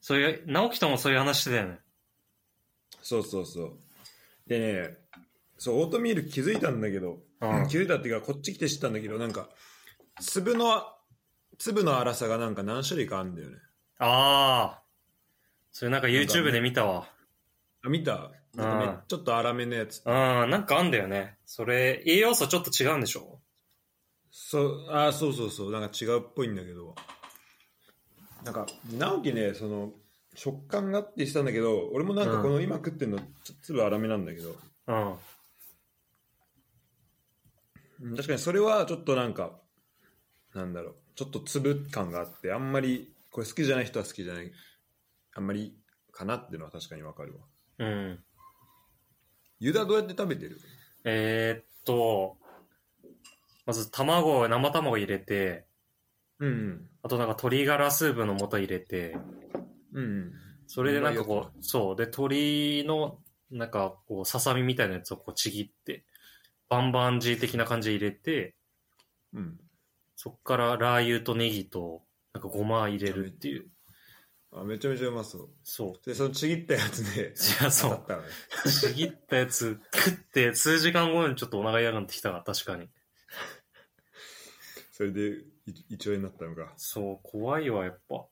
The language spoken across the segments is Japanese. そういう、直樹ともそういう話してたよね。そうそうそう。でね、そう、オートミール気づいたんだけど、うん気づいたっていうか、こっち来て知ったんだけど、なんか、粒の、粒の粗さがなんか何種類かあるんだよね。ああ。それなんか YouTube で見たわ。あ、見たなんかめうんちょっと粗めのやつ。うん、なんかあんだよね。それ、栄養素ちょっと違うんでしょそう、あ、そうそうそう、なんか違うっぽいんだけど。なんか、直樹ね、その、食感がってしたんだけど、俺もなんかこの今食ってんの、ちょ粒粗めなんだけど、うん。うん確かにそれはちょっとなんか、なんだろう、ちょっと粒感があって、あんまり、これ好きじゃない人は好きじゃない、あんまりかなっていうのは確かにわかるわ。うん。ユダどうやって食べてるえー、っと、まず卵を、生卵入れて、うんうん。あとなんか鶏ガラスープの素入れて、うんうん。それでなんかこう、そう。で、鶏の、なんかこう、ささみみたいなやつをこうちぎって、バンバンジー的な感じで入れて、うん。そっからラー油とネギと、なんかごま入れるっていう。あ、めちゃめちゃうまそう。そう。で、そのちぎったやつで、いや、そだうっ。たのね。ちぎったやつ食って、数時間後にちょっとお腹痛くなってきたから、確かに。それで、い胃腸炎になったのか。そう、怖いわ、やっぱ。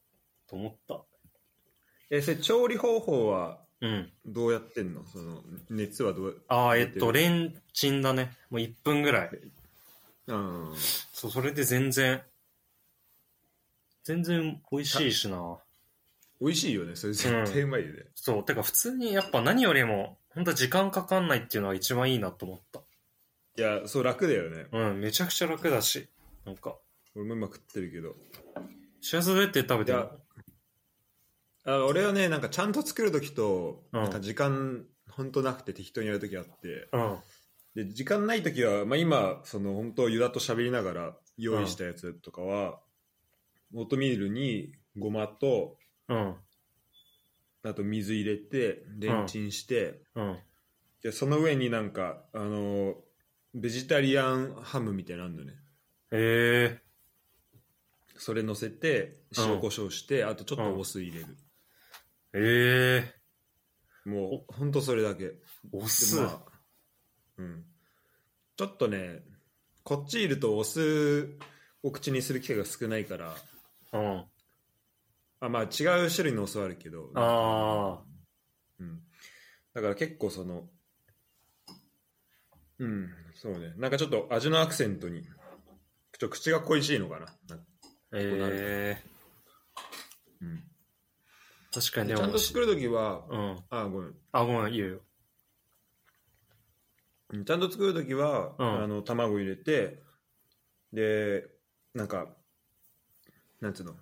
と思った。え、それ調理方法はうん。どうやってんのその、熱はどうああ、えっと、レンチンだね。もう1分ぐらい。うん。そう、それで全然、全然美味しいしな。美味しいよね。それ絶対うまいよね。そう、てか普通にやっぱ何よりも、本当時間かかんないっていうのが一番いいなと思った。いや、そう楽だよね。うん、めちゃくちゃ楽だし。なんか、俺も今食ってるけど。しらすどうやって食べてるいやあ俺はねなんかちゃんと作る時と、うんなんか時間ほんとなくて適当にやる時あってので時間ない時は、まあ、今その本当ユダと喋りながら用意したやつとかは、オートミールにごまとうん、うん、あと水入れてレンチンして、うん。でその上になんかあのベジタリアンハムみたいなのあんのねええそれ乗せてう塩んコショウして、あとちょっうんとお酢入れる、ええもうほんとそれだけおで酢、まあうん、ちょっとねこっちいるとお酢を口にする機会が少ないからうん。あまあ違う種類のお酢はあるけどあうん、だから結構そのうんそうねなんかちょっと味のアクセントにちょ口が恋しいのかななんかあ、ええうん確かにでちゃんもと、作る時はうん。あごめんあ、ごめん、言うよ。うんちゃんと作るときは、うんあの卵入れてでなんかなんつうの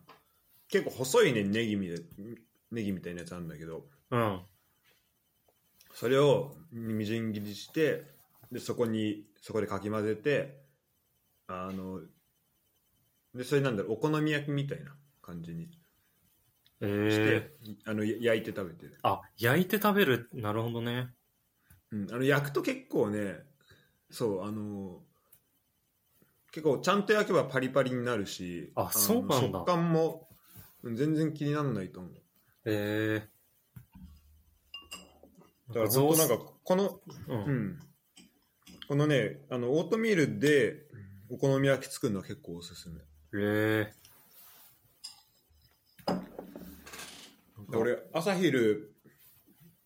結構細いねネギみたいネギみたいなやつあるんだけどうん、それをみじん切りしてでそこにそこでかき混ぜてあのでそれなんだろうお好み焼きみたいな感じにして、ええあのや焼いて食べてる、あ、焼いて食べる、なるほどね。うん、あの焼くと結構ねそうあの結構ちゃんと焼けばパリパリになるしあのそうなんだ食感もうん全然気にならないと思うええだから本当なんかこの、う、うんん、このねあのオートミールでお好み焼き作るのは結構おすすめえで俺朝昼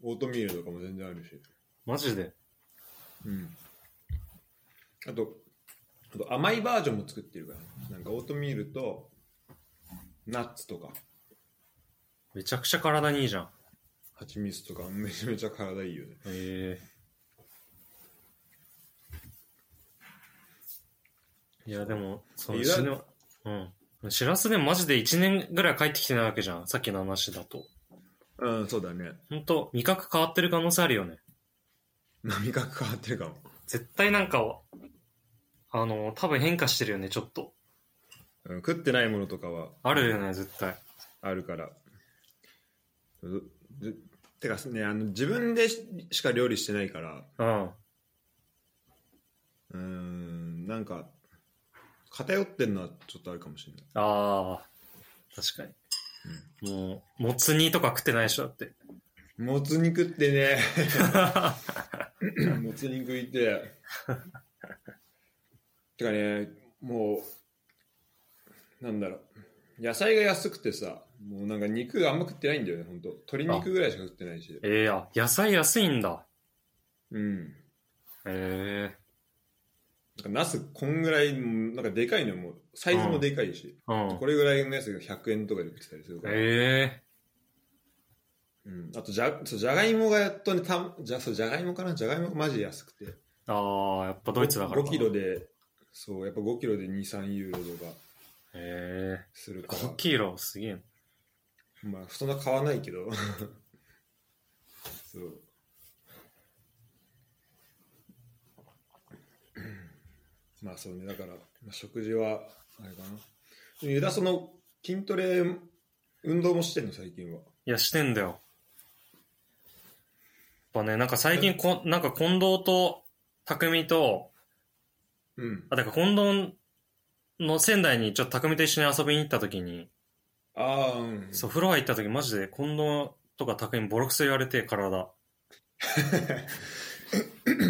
オートミールとかも全然あるし、マジで。うん、あとあと甘いバージョンも作ってるからなんかオートミールとナッツとかめちゃくちゃ体にいいじゃん。蜂蜜とかめちゃめちゃ体いいよねええいや、でも、そのいやしの、うん。しらすでもマジで1年ぐらい帰ってきてないわけじゃん。さっきの話だと。うんそうだねほんと、味覚変わってる可能性あるよね。味覚変わってるかも絶対なんか、あの、多分変化してるよね、ちょっと。うん食ってないものとかはあるよね、絶対。あるからずずてかねあの自分でししか料理してないからうん。うーんなんか偏ってんのはちょっとあるかもしれないああ、確かに。もう、もつ煮とか食ってないでしょ、だって。 もつ肉ってねもつ肉いて てかねもうなんだろう野菜が安くてさもうなんか肉あんま食ってないんだよね本当鶏肉ぐらいしか食ってないしええあ、野菜安いんだ。うんえなんかナスこんぐらいなんかでかいのもうサイズもでかいし、えうん。これぐらいのやつが100円とかで売ってたりするから、えうん、あとじゃそうじゃがいもがやっとねたじゃそうじゃがいもかなじゃがいもがマジで安くてえああ、やっぱドイツだからかな。 5キロでそうやっぱ5キロで23ユーロとかえするえから5キロ、すげえな。まあそんな買わないけど そう まあそうねだから、まあ、食事はあれかなでもユダその筋トレ運動もしてんの最近はいや、してんだよ。やっぱね、なんか最近こ、なんか近藤と、匠と、うんあ、だから近藤の仙台にちょっと匠と一緒に遊びに行った時に、ああうんそう、風呂入った時マジで近藤とか匠にボロクソ言われて、体。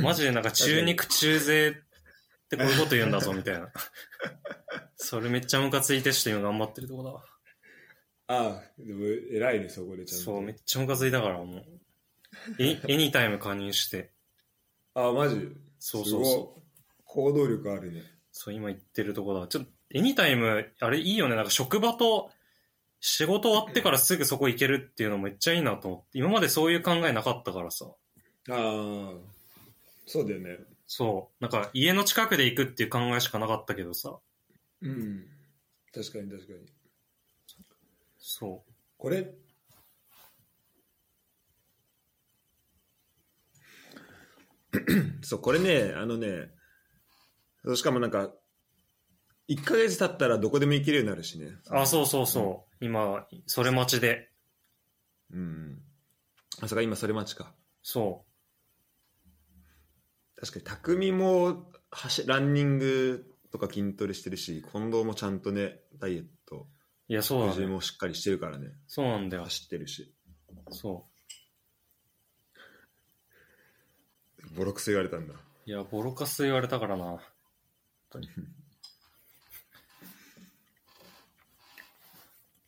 マジでなんか中肉中背ってこういうこと言うんだぞ、みたい な。それめっちゃムカついてして今頑張ってるとこだわ。 ああでも偉いねそこでちゃんとそう、めっちゃムカついたからもう。 エエニタイム加入して。ああマジそうそうそう。う行動力あるねそう、今言ってるとこだ。ちょっと、エニタイム、あれいいよね。なんか職場と仕事終わってからすぐそこ行けるっていうのめっちゃいいなと思って。今までそういう考えなかったからさ。ああそうだよねそう。なんか家の近くで行くっていう考えしかなかったけどさ。うん確かに確かにそこれそうこれねあのねそうしかもなんか1ヶ月経ったらどこでも行けるようになるしねう。あ、そうそうそう。今、それ待ちで。うんうんあそっか今それ待ちかそ確かに匠も走ランニングとか筋トレしてるし近藤もちゃんとねダイエットう。いや、そうだ食ね。事もしっかりしてるからねそうなんだよ。走ってるしそボロクソ言われたんだう。いや、ボロカス言われたからな。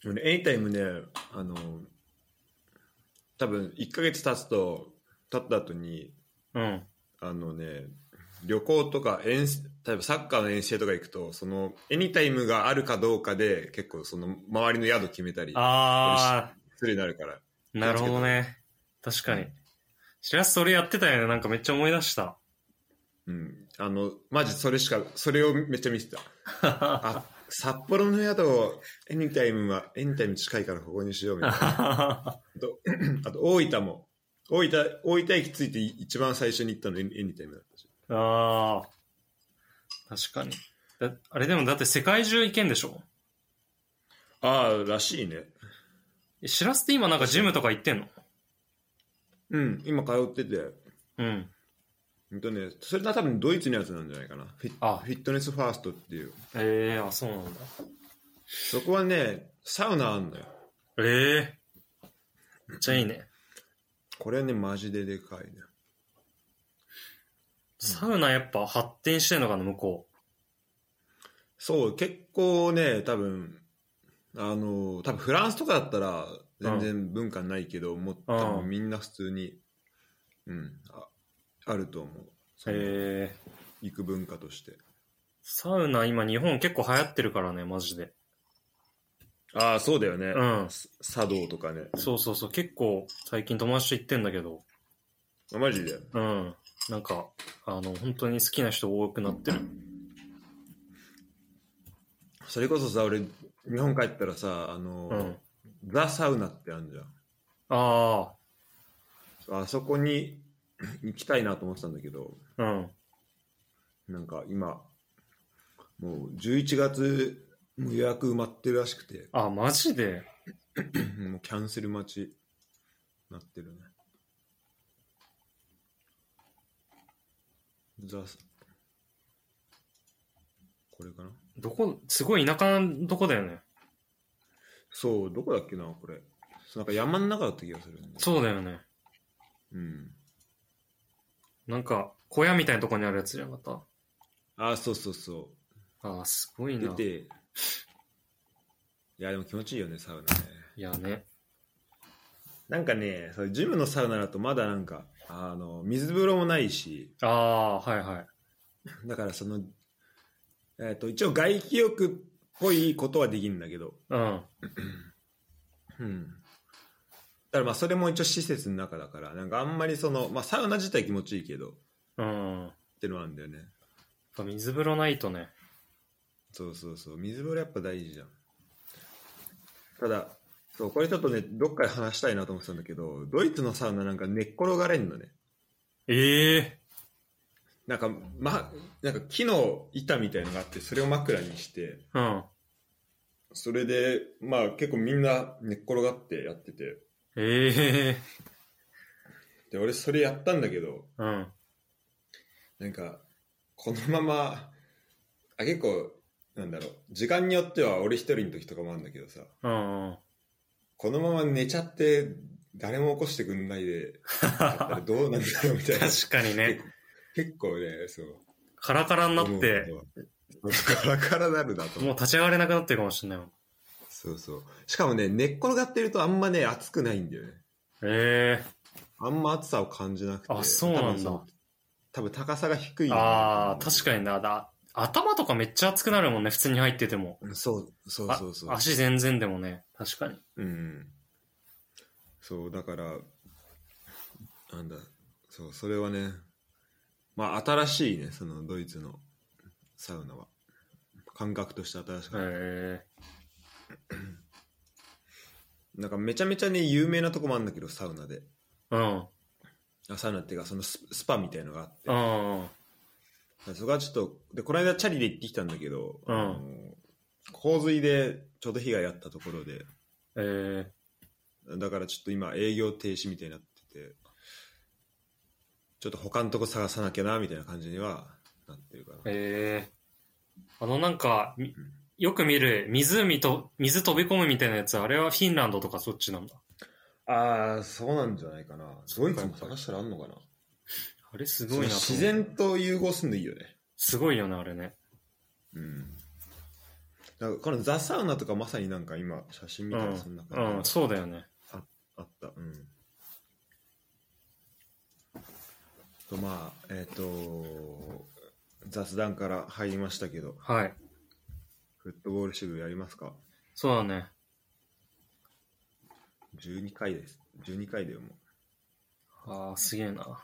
でもね、エニタイムね、あの、多分1ヶ月経つと、経った後に、うん。あのね、旅行とか遠征、例えばサッカーの遠征とか行くと、その、エニタイムがあるかどうかで、結構その、周りの宿決めたりあするようになるから。ー、なるほどね。確かに。しらすそれやってたよね。なんかめっちゃ思い出 した。うん。あの、マジそれしか、それをめっちゃ見てた。あ、札幌の宿を、エニタイムは、エニタイム近いからここにしようみたいな。あと あと大分も大分大分駅着いて一番最初に行ったのエニエニタイムだったしああ。確かに。だあれでもだって世界中行けんでしょああらしいねえシラスって今なんかジムとか行ってんのうん今通っててうん。うんとねそれが多分ドイツのやつなんじゃないかなフィあフィットネスファーストっていうええあ、そうなんだ。そこはねサウナあんのよええめっちゃいいね。これねマジででかいねサウナやっぱ発展してんのかな、向こそう結構ね多分あの多分フランスとかだったら全然文化ないけど、もう多う分んみんな普通にうんああると思うう。そのええ行く文化としてサウナ今日本結構流行ってるからね、マジで。ああそうだよね、うん。さ茶道とかねそうそうそう。結構最近友達と行ってんだけど。あマジでうん。なんか、あの、本当に好きな人多くなってる。それこそさ俺日本帰ったらさあの、うん。ザ・サウナってあるじゃあんあそこに 行きたいなと思ってたんだけどあ。うん。なんか今もう11月もう予約埋まってるらしくて あ、マジでもうキャンセル待ちになってるねザこれかなどこ、すごい田舎のとこだよね。そう、どこだっけな、これ。そうなんか山の中だった気がするんだよそうだよね。うん。なんか、小屋みたいなとこにあるやつじゃなかっあ、そうそうそ。たああ、すごいう出な。いて、いや、でも気持ちいいよね、サウナね。やね。なんかね、それジムのサウナだとまだなんか、あの、水風呂もないし、ああ、はいはい。だからその、えっ、と、一応外気浴っぽいことはできるんだけど、うん。うん。だからまあそれも一応施設の中だから、なんかあんまりその、まあサウナ自体気持ちいいけど、っうん。やってのはあるんだよね。ぱ水風呂ないとね。そうそうそう、水風呂やっぱ大事じゃん。ただ、そう、これちょっとね、どっかで話したいなと思ってたんだけど、ドイツのサウナなんか寝っ転がれんのね。ええなんか、ま、なんか木の板みたいのがあって、それを枕にして、うん。それで、まあ結構みんな寝っ転がってやってて、ええで、俺それやったんだけど、うん。なんか、このまま、あ、結構、なんだろう、時間によっては俺一人の時とかもあるんだけどさ、うんうん。このまま寝ちゃって、誰も起こしてくんないで、だったら確どうなんだろうみたいな。かにね。結構ね、そう。カラカラになって、思うことは。カラカラなるなともう思う。立ち上がれなくなってるかもしれないもん。そうそう。しかもね、寝っ転がってるとあんまね、暑くないんだよね。ええあんま暑さを感じなくて。あそうなんだ多分の。多分高さが低いんだよね。ああ、確かにな。だ頭とかめっちゃ熱くなるもんね、普通に入ってても。に。そう、そうあそうそう。足全然でもね。確かに。うん。そう、だから、なんだ、そう、それはね、まあ、新しいね、そのドイツのサウナは。感覚として新しかった。ええなんかめちゃめちゃね、有名なとこもあるんだけど、サウナで。うん。あサウナっていうか、そのススパみたいのがあって。うん。そこはちょっと、で、この間チャリで行ってきたんだけど、うんあの洪水でちょうど被害あったところで、ええだからちょっと今営業停止みたいになってて、ちょっと他のとこ探さなきゃな、みたいな感じにはなってるかな。ええあのなんか、みよく見る湖と、水飛び込むみたいなやつ、あれはフィンランドとかそっちなんだ。ああ、そうなんじゃないかな。ドイツも探したらあんのかな。あれすごいなと思う自然と融合するのいいよね。すごいよね、あれね。うん。だからこのザ・サウナとかまさになんか今写真見うたんらそんな。感じ、うん、そうだよね。あった。うん。とまあ、えっ、と、雑談から入りましたけど、はい。フットボール支部やりますかそうだね。 12回です。12回だよ、もああ、すげえな。う。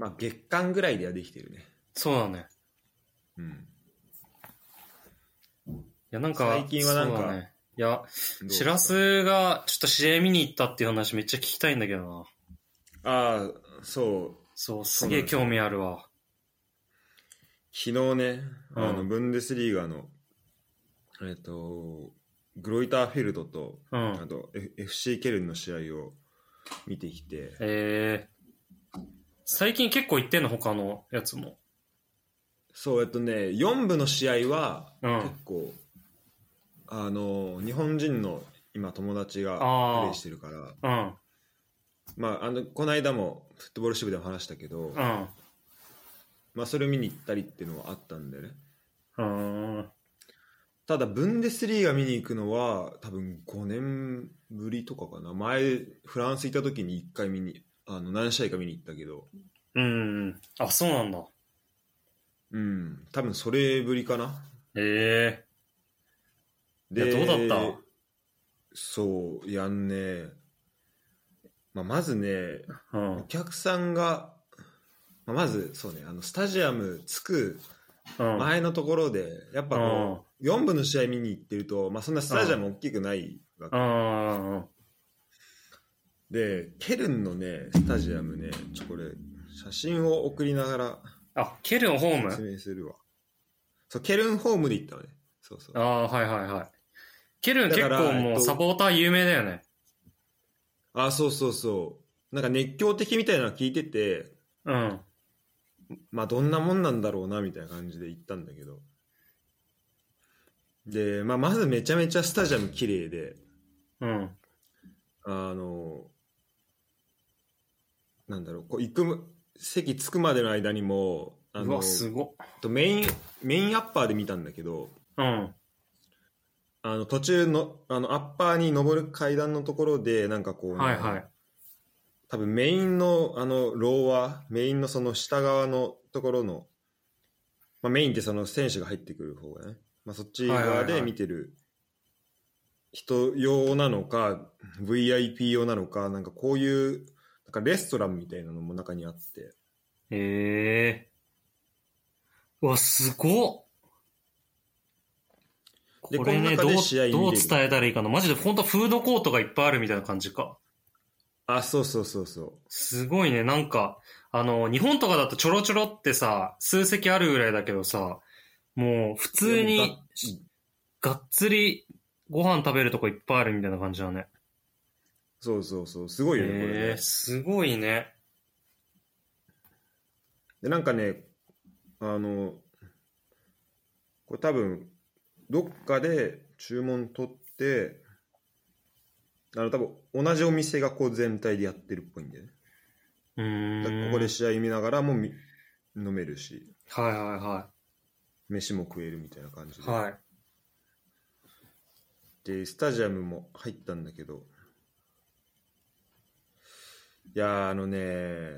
まあ、月間ぐらいではできてるね。そうだね。うん。いや、なんか、最近はなんかそうだね、いや、どうしらすが、ちょっと試合見に行ったっていう話めっちゃ聞きたいんだけどな。ああ、そう。そう、そすうなんげだえ興味あるわ。昨日ね、うんあの、ブンデスリーガの、えっ、と、グロイターフェルトと、うあん。と、F- FC ケルンの試合を見てきて、ええ最近結構行ってんの、他のやつも。そう、えっとね、4部の試合は、うん結構、あの、日本人の今、友達があープレイしてるから、うん。まあ、あの、この間も、フットボール支部でも話したけど、うん。まあ、それを見に行ったりっていうのはあったんだよね。うん。ただ、ブンデスリーガ見に行くのは、多分5年ぶりとかかな。前、フランス行った時に1回見に、あの、何試合か見に行ったけど、うん。あ、そうなんだ。うん、多分それぶりかな。ええいや、どうだっそう、いやあのね、まあ、まずね、たうんお。客さんが、まあ、まずそうねあのスタジアム着くうん。前のところで、やっぱこう、4部の試合見に行ってると、まあ、そんなスタジアム大きくないわけ、うん。うん。でケルンのねスタジアムねちょこれ写真を送りながあ、ケルンホーら説ム明するわそうケルンホームで行ったのねそうそうああ、はいはいはい。ケルンだ結から構えっもうとサポーター有名だよね。あそうそうそうなんか熱狂的みたいなの聞いててうん。まあどんなもんなんだろうなみたいな感じで行ったんだけどで、まあ、まずめちゃめちゃスタジアム綺麗でうん。あのなんだろうこう行く席着くまでの間にもあうのわ、すごっ。とメインメインアッパーで見たんだけどうん。あの途中のあのアッパーに登る階段のところでなんかこう、はいはい。多分メインのあのローワーメインのその下側のところの、まあ、メインってその選手が入ってくる方がね、まあ、そっちはい側はいはでい見てる人用なのか VIP 用なのかなんかこういうなんかレストランみたいなのも中にあってええうわ、すごっ。でこれね、こどのう、中で試合見れるどう伝えたらいいかな。マジで本当フードコートがいっぱいあるみたいな感じか。あそうそうそうそうすごいね。なんか、あの、日本とかだとちょろちょろってさ、数席あるぐらいだけどさ、もう普通いやにもうががっつりご飯食べるとこいっぱいあるみたいな感じだね。そうそうそうすごいよねこれねええすごいね。でなんかねあのこれ多分どっかで注文取ってあの多分同じお店がこう全体でやってるっぽいんでねうだからーん。ここで試合見ながらもみ飲めるしはいはいは飯も食えるみたいな感じい。で,、はい。でスタジアムも入ったんだけどいやーあのね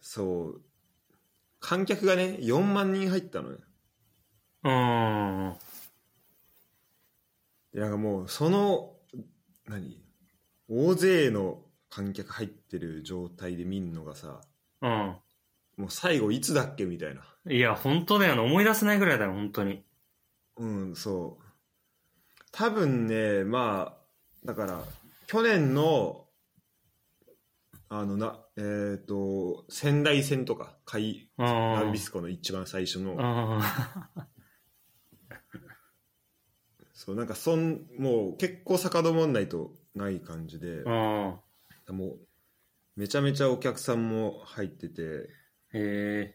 そう観客がね4万人入ったのようーん。でなんかもうその何大勢の観客入ってる状態で見るのがさうん。もう最後いつだっけみたいないや、本当だよね。思い出せないぐらいだよ、本当に。うんそう多分ねまあだから去年のあのなえっ、と仙台戦とかカイうん。ラビスコの一番最初うのん。そうなんかそんもう結構遡んないとない感じでうん。もうめちゃめちゃお客さんも入っててへえ。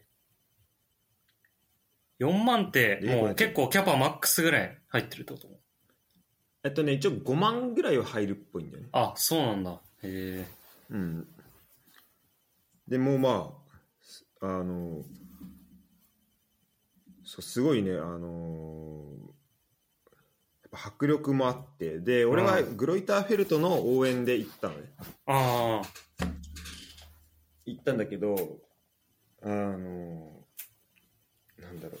4万って、えこもうれ結構キャパマックスぐらい入ってるってことえっとね、一応5万ぐらいは入るっぽいんだよね。あ、そうなんだ。へえ。うん。でもうまあ、あの、そう、すごいね、あの、やっぱ迫力もあって、で、俺はうんグロイターフェルトの応援で行ったのね。ああ。行ったんだけど、あの、なんだろう。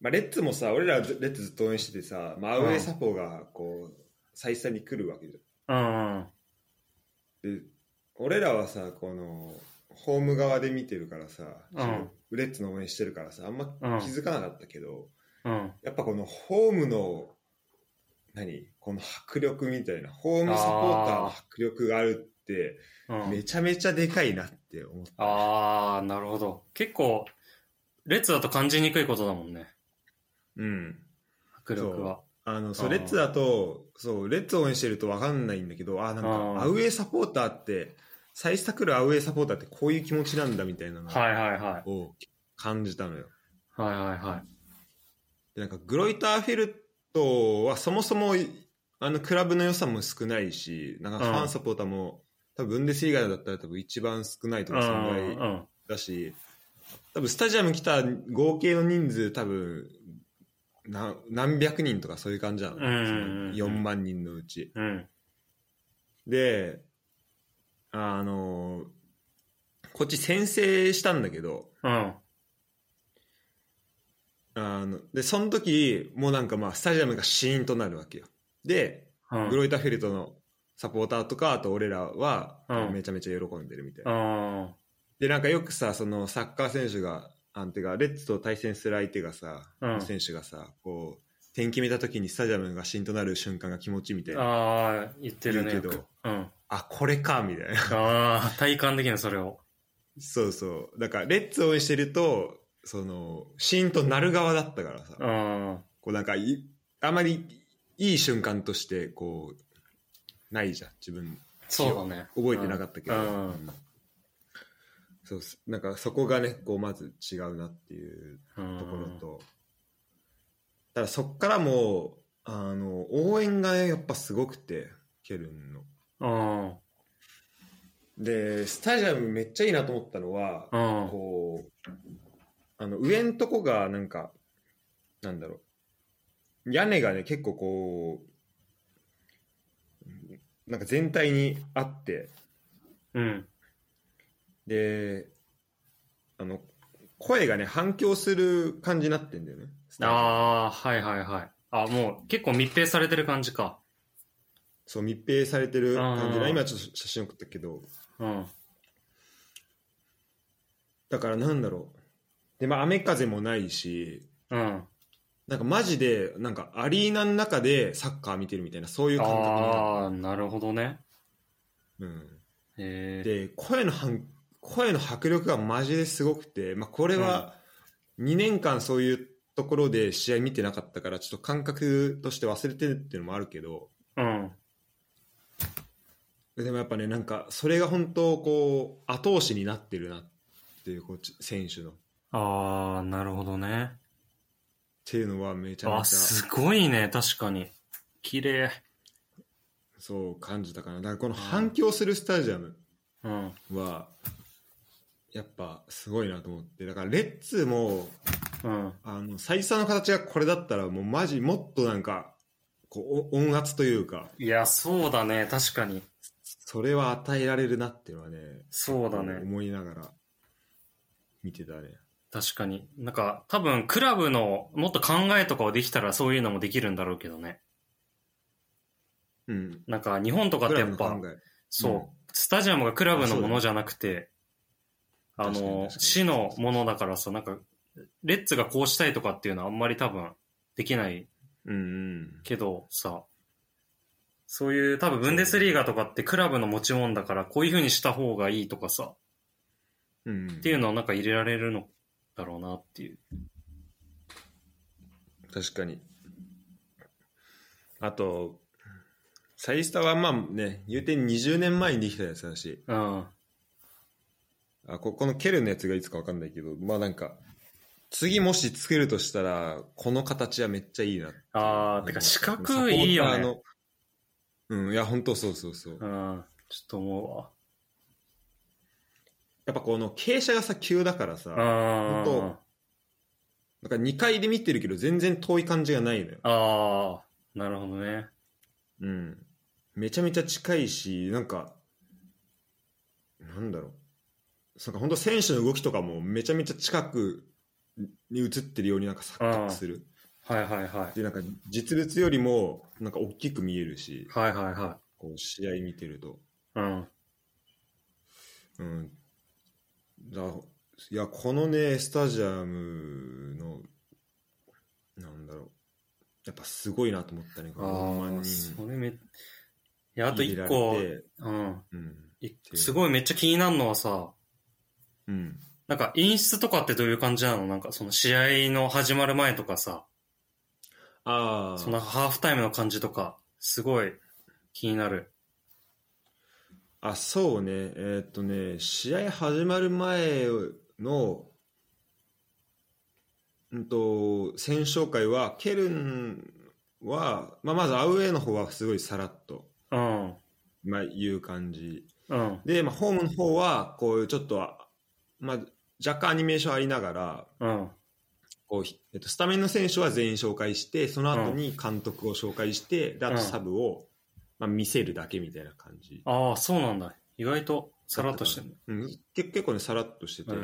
まあ、レッツもさ、俺らずレッツずっと応援しててさ、まあ、アウェイサポが、こう、再三に来るわけじゃん。うん。で俺らはさこのホーム側で見てるからさ、うんレッツの応援してるからさあんまうん気づかなかったけど、うん。やっぱこのホームの何この迫力みたいなホームサポーターの迫力があるってうん。めちゃめちゃでかいなって思った、ああ、なるほど。結構、列だと感じにくいことだもんね。うん、迫力は。あのそうあーレッツだとそうレッツ応援してると分かんないんだけどあーなんあーかアウェーサポーターって再スタクルアウェーサポーターってこういう気持ちなんだみたいなのはいはいはを感じたのよ。い。はいはいはい。でなんかグロイターフェルトはそもそもあのクラブの予算も少ないしなんかファンサポーターも、多分ブンデスリーガだったら多分一番少ないとうんかそのぐうらいん。だし多分スタジアム来た合計の人数多分な何百人とかそういう感じなの、うんうんうんその4万人のうち。うん。であのこっち先制したんだけどうん。あのでその時もうなんかまあスタジアムがシーンとなるわけよでうん。グロイターフェルトのサポーターとかあと俺らはうんめちゃめちゃ喜んでるみたいな、うん。でなんかよくさそのサッカー選手があんてかレッツと対戦する相手がさ、うん選手がさこう点決めた時にスタジアムがシーンとなる瞬間が気持ちいいみたいなああ、言ってるね。言うけよどくうん。あこれかみたいな ああ、体感的なそれを。そうそうだからレッツ応援してるとそのシーンとなる側だったからさ、うん。こうなんかいあまりいい瞬間としてこうないじゃん自分そうだね。覚えてなかったけど、うんうんそうっすなんかそこがねこうまず違うなっていううんところと、ただそっからもうあの応援がやっぱすごくてケルンのうん。でスタジアムめっちゃいいなと思ったのはうん。こうあの上んとこがなんかなんだろう屋根がね結構こうなんか全体にあってうん。であの声がね反響する感じになってんだよねスタジアムああー、はいはいはい。あ、もう結構密閉されてる感じか。そう密閉されてる感じあでー今ちょっと写真送ったけどうん。だからなんだろうでまあ雨風もないしうん。なんかマジでなんかアリーナの中でサッカー見てるみたいなそういう感覚になああ、なるほどね。る、うん、へえ。で声の反声の迫力がマジですごくて、まあ、これは2年間そういうところで試合見てなかったからちょっと感覚として忘れてるっていうのもあるけどうん。でもやっぱねなんかそれが本当こう後押しになってるなっていうこうち選手のっああ、なるほどね。ていうのはめちゃめあ、ちゃすごいね、確かに。綺麗。そう感じたかなだからこの反響するスタジアムうん。はやっぱすごいなと思ってだからレッツもうん。あの再三の形がこれだったらもうマジもっとなんかこうお音圧というかいや、そうだね、確かに。それは与えられるなっていうのはねそうだね。思いながら見てたね確かに。なんか、多分、クラブの、もっと考えとかをできたら、そういうのもできるんだろうけどね。うんなんか、日本とかってやっクラぱブ、の考えそう、うんスタジアムがクラブのものじゃなくて、ああそうだよの確かに確か、に市のものだからさ、なんか、レッツがこうしたいとかっていうのはあんまり多分できないうんうんけどさ、そういう多分ブンデスリーガとかってクラブの持ち物だからこういう風にした方がいいとかさ、うんっていうのをなんか入れられるのだろうなっていう。確かにあとサイスタはまあね言うて20年前にできたやつだしうん。あここのケルンのやつがいつか分かんないけどまあなんか次もし作るとしたらこの形はめっちゃいいなってあー、てか四角いいよね。うん、いや、本当そうそうそう。うやん。ちょっと思っぱこの傾斜がさ、急だからさ、うなわ。う本ん。んか2階で見てるけど、全然遠い感じがないのよ。あー、なるほどね。うん。めちゃめちゃ近いし、なんか、なんだろう。なんか本当選手の動きとかもめちゃめちゃ近くに映ってるようになんか錯覚する。はいはいはい。で、なんか実物よりもなんか大きく見えるし、はいはいはこう試合見てると。い。うん。うん、だいやこのねスタジアムのなんだろうやっぱすごいなと思ったねこの4あ万あ、人それめ、いや、あと入一れられ個、てうん。うんいすごいめっちゃ気になるのはさ、うん、なんか演出とかってどういう感じなのなんかその試合の始まる前とかさ、ああそのハーフタイムの感じとか、すごい気になる。あそうねえーっとね試合始まる前のうんと選手紹介はケルンは、まあ、まずアウェーの方はすごいさらっと、うん。まあ、いう感じうん。で、まあ、ホームの方はこういうちょっと、まあ、若干アニメーションありながらうん。こう、ひえっと、スタメンの選手は全員紹介してその後に監督を紹介して、であうとんサブを、まあ、見せるだけみたいな感じああ、そうなんだ。意外とさらっとしてる。うん、け結構ねさらっとしてて、へえい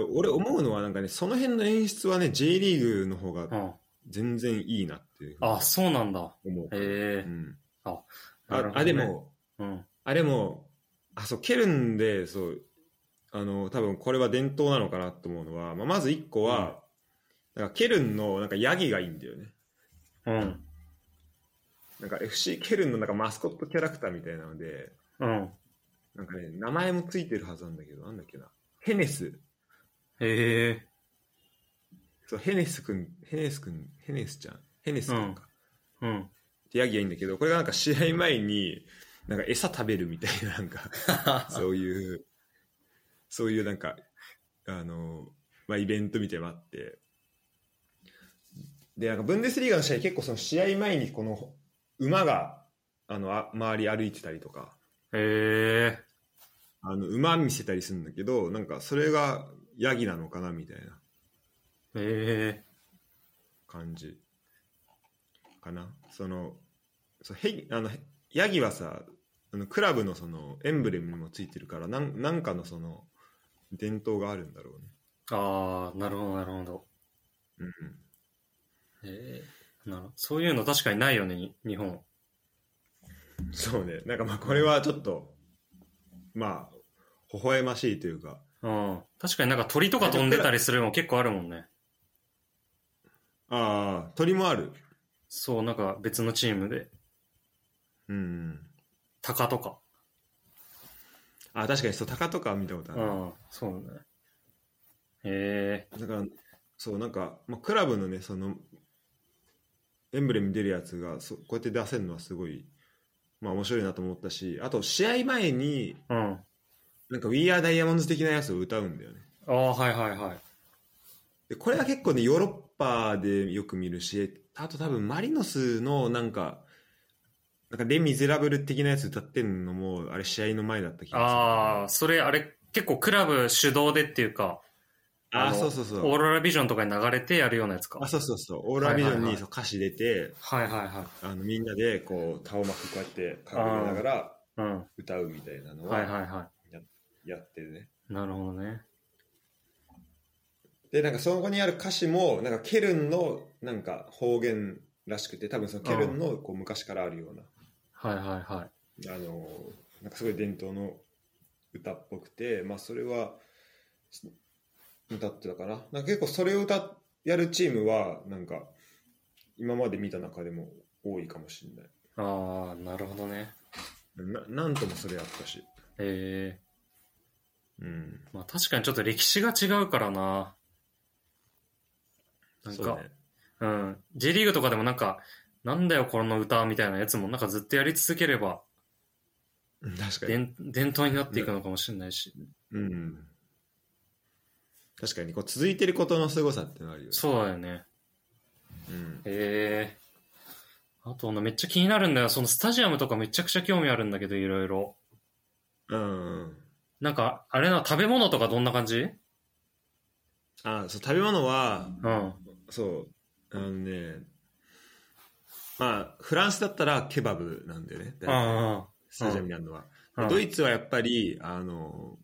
や俺思うのはなんかねその辺の演出はね J リーグの方うがん。全然いいなっていうふうにあ、そうなんだ。思う、へうえん、なるあほどねあでもうん。あれも、あ、そう、ケルンで、そう、あの、多分これは伝統なのかなと思うのは、まあ、まず一個は、なんかケルンのなんかヤギがいいんだよね。うん。なんか FC ケルンのなんかマスコットキャラクターみたいなので、うん。なんかね、名前もついてるはずなんだけど、なんだっけな。ヘネス。へえそう、ヘネスくん、ヘネスくん、ヘネスちゃん。ヘネスくんか。 うん。ってヤギがいいんだけど、これがなんか試合前に、なんか餌食べるみたいな、 なんか。そういう、そういうなんか、あの、まあ、イベントみたいなのもあって、で、なんかブンデスリーガの試合、結構その試合前にこの馬があのあ周り歩いてたりとか、へえ。あの馬見せたりするんだけど、なんかそれがヤギなのかなみたいなへえ。感じかな。その、そうへあのへヤギはさ、あのクラブのそのエンブレムにもついてるから、なんなんかのその伝統があるんだろうね。ああ、なるほど、なるほど。うんへえ。なるそういうの確かにないよね、に日本。うん、そうね。なんかまあこれはちょっと、まあ、微笑ましいというか、うん。確かになんか鳥とか飛んでたりするの結構あるもんね。ああ、鳥もある。そう、なんか別のチームで。うんうん。鷹とか。あ、確かにそう、鷹とかは見たことあうる。ん。そうだね。へえ。だから、そう、なんか、まあ、クラブのね、その、エンブレム出るやつが、そうこうやって出せるのはすごい、まあ面白いなと思ったし、あと試合前に、うん。なんか We Are Diamonds 的なやつを歌うんだよね。ああ、はいはいはい。で、これは結構ね、ヨーロッパでよく見るし、あと多分マリノスのなんか、なんかレ・ミゼラブル的なやつ歌ってんのも、あれ試合の前だった気がする。ああ、それあれ結構クラブ主導でっていうか、あーのそうそうそうオーロラビジョンとかに流れてやるようなやつか。あ、はいそうそうそう。オーロラビジョンはいはいはにいそう歌詞出て、はいはあのみんなでこう、タオマフこうやって掲げながらい。うん。歌うみたいなのはいはいははやってるね。い。なるほどね。で、なんかそこにある歌詞も、なんかケルンのなんか方言らしくて、多分そのケルンのこう昔からあるような、はいはいはい。あのーなんかすごい伝統の歌っぽくて、まあそれはす歌ってたかな。なんか結構それを歌っやるチームは、なんか今まで見た中でも多いかもしれない。ああ、なるほどね。ななんともそれやったし。えうん。えまあ確かにちょっと歴史が違うからな。なんそうか、ねうん。J リーグとかでもなんか、なんだよこの歌みたいなやつもなんかずっとやり続ければ、うん確かに。伝伝統になっていくのかもしれないし。うん。確かに、こう続いてることの凄さってのあるよね。そうだよね。うん。ええあとな、めっちゃ気になるんだよ。そのスタジアムとかめちゃくちゃ興味あるんだけど、いろいろ。うん。なんか、あれな、食べ物とかどんな感じあ、そう、食べ物は、うん。そう、あのね、まあ、フランスだったらケバブなんでね、あスタジアムにあるのは。あ。ドイツはやっぱり、あの、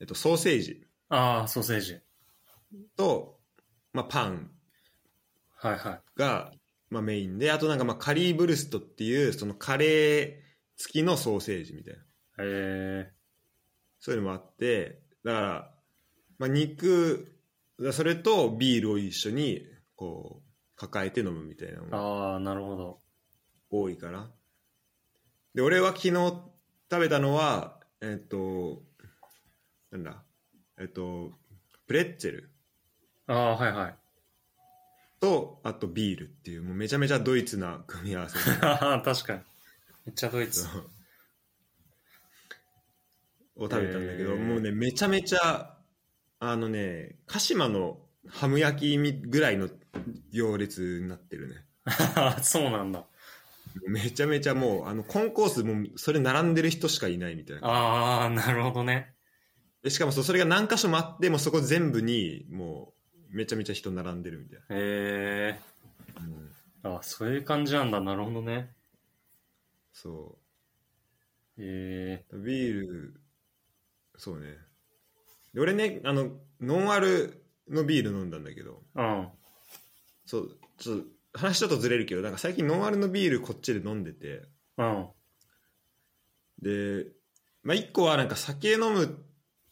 えっと、ソーセージああ、ソーセージ。と、まあ、パンはいはい。が、まあ、メインで、あとなんか、まあ、カリーブルストっていう、そのカレー付きのソーセージみたいな。えそういうのもあって、だから、まあ、肉、それとビールを一緒に、こう、抱えて飲むみたいなのえがああ、なるほど。多いかな。で、俺は昨日食べたのは、えっ、と、なんだ、えっ、と、プレッツェルああ、はいはい。と、あとビールっていう、もうめちゃめちゃドイツな組み合わせ。ああ確かに。めっちゃドイツ。 を食べたんだけど、へーもうねめちゃめちゃあのね鹿島のハム焼きみぐらいの行列になってるね そうなんだ。めちゃめちゃもうあのコンコースもうそれ並んでる人しかいないみたいなああ、なるほどね。でしかもそうそれが何箇所もあってもうそこ全部にもうめちゃめちゃ人並んでるみたいええな、うんあそういう感じなんだ。なるほどね。そええうビールそうねで俺ねあのノンアルのビール飲んだんだけどうん。そう、ちょっと話ちょっとずれるけど、なんか最近ノンアルのビールこっちで飲んでて、うん。で、まあ一個はなんか酒飲む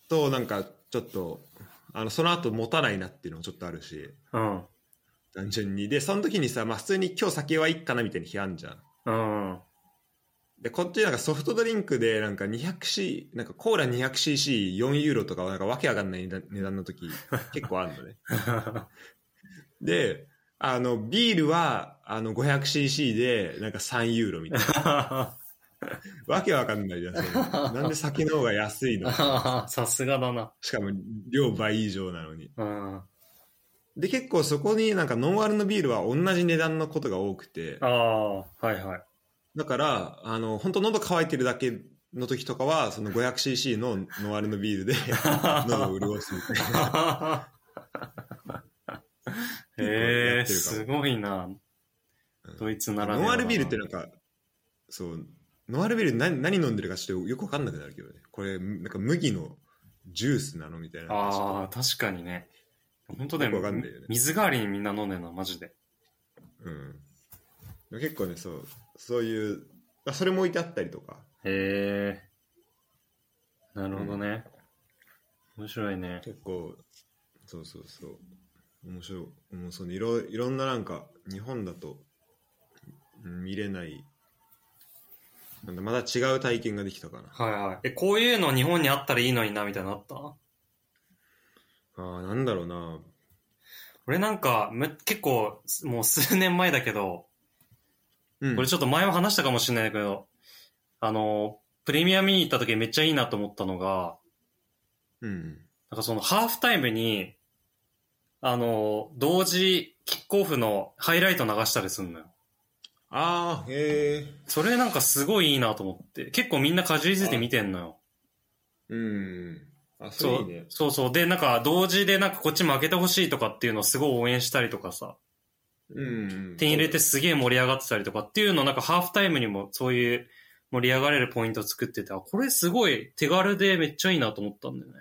となんかちょっと、あの、その後持たないなっていうのもちょっとあるし、うん。単純に。で、その時にさ、まあ普通に今日酒はいっかなみたいな日あんじゃん。うん。 で、こっちなんかソフトドリンクでなんか 200C、なんかコーラ 200cc4 ユーロとかはなんかわけわかんない値段値段の時結構あるのね。で、あの、ビールはあの 500cc でなんか3ユーロみたいな。わけわかんないじ ゃん。それなんで酒の方が安いのああ、さすがだな。しかも、量倍以上なのに。うん。で、結構そこになんかノンアルのビールは同じ値段のことが多くて、ああ、はいはい。だから、あの、本当喉乾いてるだけの時とかは、その 500cc のノンアルのビール で喉を潤すみたいな。へやえってるかもすごいな。うんドイツならでノンはアだなルビールってなんか、そう、ノンアルビール何何飲んでるかちょっとよくわかんなくなるけどね。これ、なんか麦のジュースなのみたいな。ああ、確かにね。本当だよよくわかんないよね水代わりにみんな飲んでるな、マジで。うん。結構ね、そう、そういう、あそれも置いてあったりとか。へえなるほどね。面白いね。結構そうそうそう面白いもうそのいろいろんななんか日本だとうん見れないなんだまた違う体験ができたかなはいはい。え、こういうの日本にあったらいいのにな、みたいなのあったあーなんだろうな俺なんか、め結構、もう数年前だけど、うんこれちょっと前も話したかもしれないけど、あの、プレミア見に行った時めっちゃいいなと思ったのが、うんなんかそのハーフタイムに、あの、同時キックオフのハイライト流したりすんのよ。ああへえそれなんかすごいいいなと思って。結構みんなかじりついて見てんのよ。うんあそそれいういねそうそう。で、なんか同時でなんかこっち負けてほしいとかっていうのをすごい応援したりとかさ。うん点入れてすげえ盛り上がってたりとかっていうのなんかハーフタイムにもそういう盛り上がれるポイントを作ってて、あ、これすごい手軽でめっちゃいいなと思ったんだよね。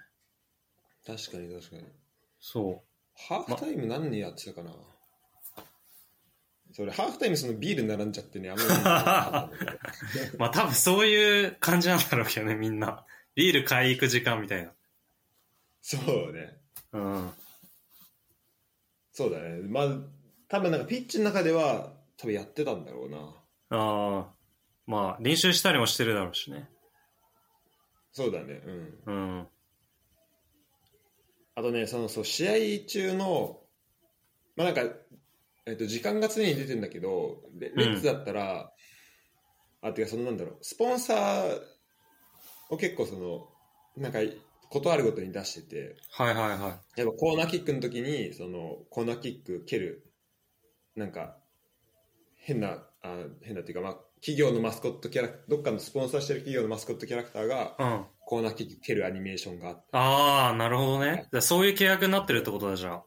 確かに確かにそハーフタイム何やってたかな、それハーフタイムそのビール並んじゃってねあんまり飲んでなかったんだけどう。まあ多分そういう感じなんだろうけどね、みんな。ビール買い行く時間みたいな。そうねうん。そうだね。まあ、多分なんかピッチの中では、多分やってたんだろうな。ああ。まあ、練習したりもしてるだろうしね。そうだね。うん。うん。あとね、その、そう、試合中の、まあなんか、えっと、時間が常に出てんだけど、レんレッツだったら、あ、てか、そのなんだろう、スポンサーを結構その、なんか、ことあるごとに出してて、はいはいはい。やっぱコーナーキックの時に、その、コーナーキック蹴る、なんか、変な、あ変なっていうか、まあ、企業のマスコットキャラクどっかのスポンサーしてる企業のマスコットキャラクターが、うん。あコーナーキック蹴るアニメーションがあって、あー、なるほどね。じゃあそういう契約になってるってことだじゃあ。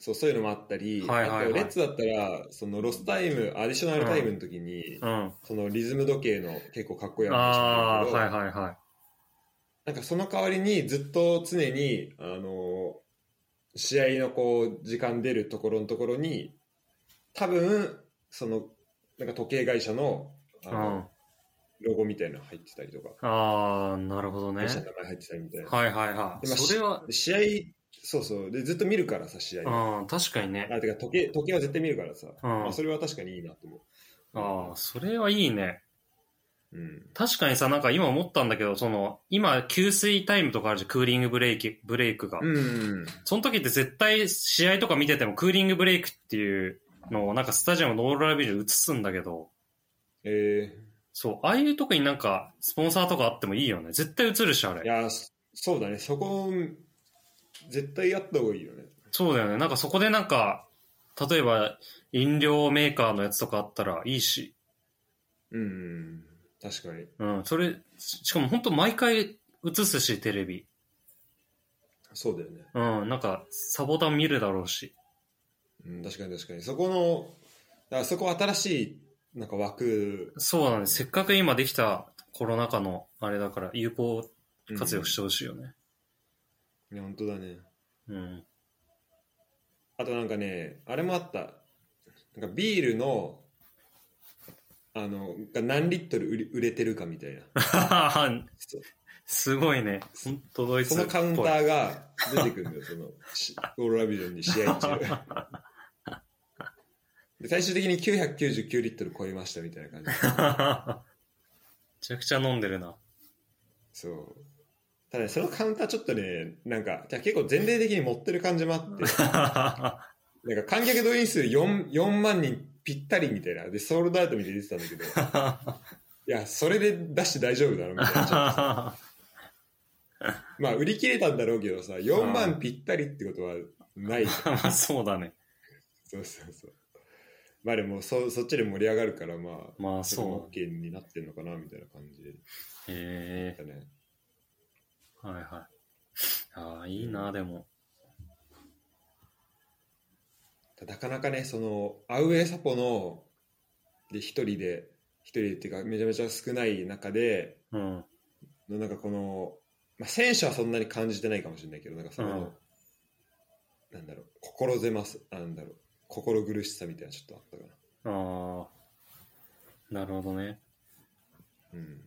そう、そういうのもあったり、はいはいはいあと、レッツだったら、その、ロスタイム、アディショナルタイムの時に、うん。その、リズム時計の結構かっこいいアニメーションああー、だけど、はいはいはい。なんかその代わりに、ずっと常に、あの、試合のこう、時間出るところのところに、多分、その、なんか時計会社の、あうの、ん。ロゴみたいなの入ってたりとか、ああ、なるほどね会。社の名前入ってたりみたいな。はいはいはい。でまあそれは、で試合、そうそう、で、ずっと見るからさ、試合。うん、確かにね。あてか時計時計は絶対見るからさ、うんまあ、それは確かにいいなと思う。ああ、それはいいね。うん、確かにさ、なんか今思ったんだけど、その、今、給水タイムとかあるじゃん、クーリングブレイク、ブレイクが。うん、その時って絶対試合とか見ててもクーリングブレイクっていうのをなんかスタジアムのオーロラビジュ映すんだけど、えそう、ああいうとこになんかスポンサーとかあってもいいよね。絶対映るし、あー、いれ。やそそうだね、そこ、絶対やった方がいいよね。そうだよね。なんかそこでなんか、例えば飲料メーカーのやつとかあったらいいし、うん、確かに。うん、それ、ししかも本当毎回映すし、テレビ。そうだよね。うん、なんかサボタン見るだろうし。うん、確かに確かに。そこの、だからそこ新しい、なんか枠、そうだね。せっかく今できたコロナ禍のあれだから有効活用してた。ほしいよね。いや、本当だね。うん。あとなんかね、あれもあった。なんかビールの、あの、が何リットル売り売れてるかみたい な。そう すごいね。本当ドイツそっぽのい。カウンターが出てくるんだよ、 そのしオーロラビジョンに試合 中。で最終的に999リットル超えましたみたいな感 じ。めちゃくちゃ飲んで るな。 そう。ただね、そのカウンターちょっとね、なんか、じゃあ結構全体的に持ってる感じもあって、なんか観客動員数 4, 4万人ぴったりみたいな、で、ソールドアウトみたいに出てたんだけど、いや、それで出して大丈夫だろみたいな ちょっと。まあ、売り切れたんだろうけどさ、4万ぴったりってことは、ないじゃんまあそうだね。そうそうそうまあでもそそっちで盛り上がるからまあまあそれもそう。 OK になってんのかなみたいな感じでへえだねはいはい。ああ、いいな、でも。ただなかなかねそのアウェーサポので一人で一人でっていうかめちゃめちゃ少ない中でうん。のなんかこの、まあ、選手はそんなに感じてないかもしれないけどなんかその、なんだろう心狭すなんだろう心苦しさみたいなちょっとあったかなああ。なるほどね。うん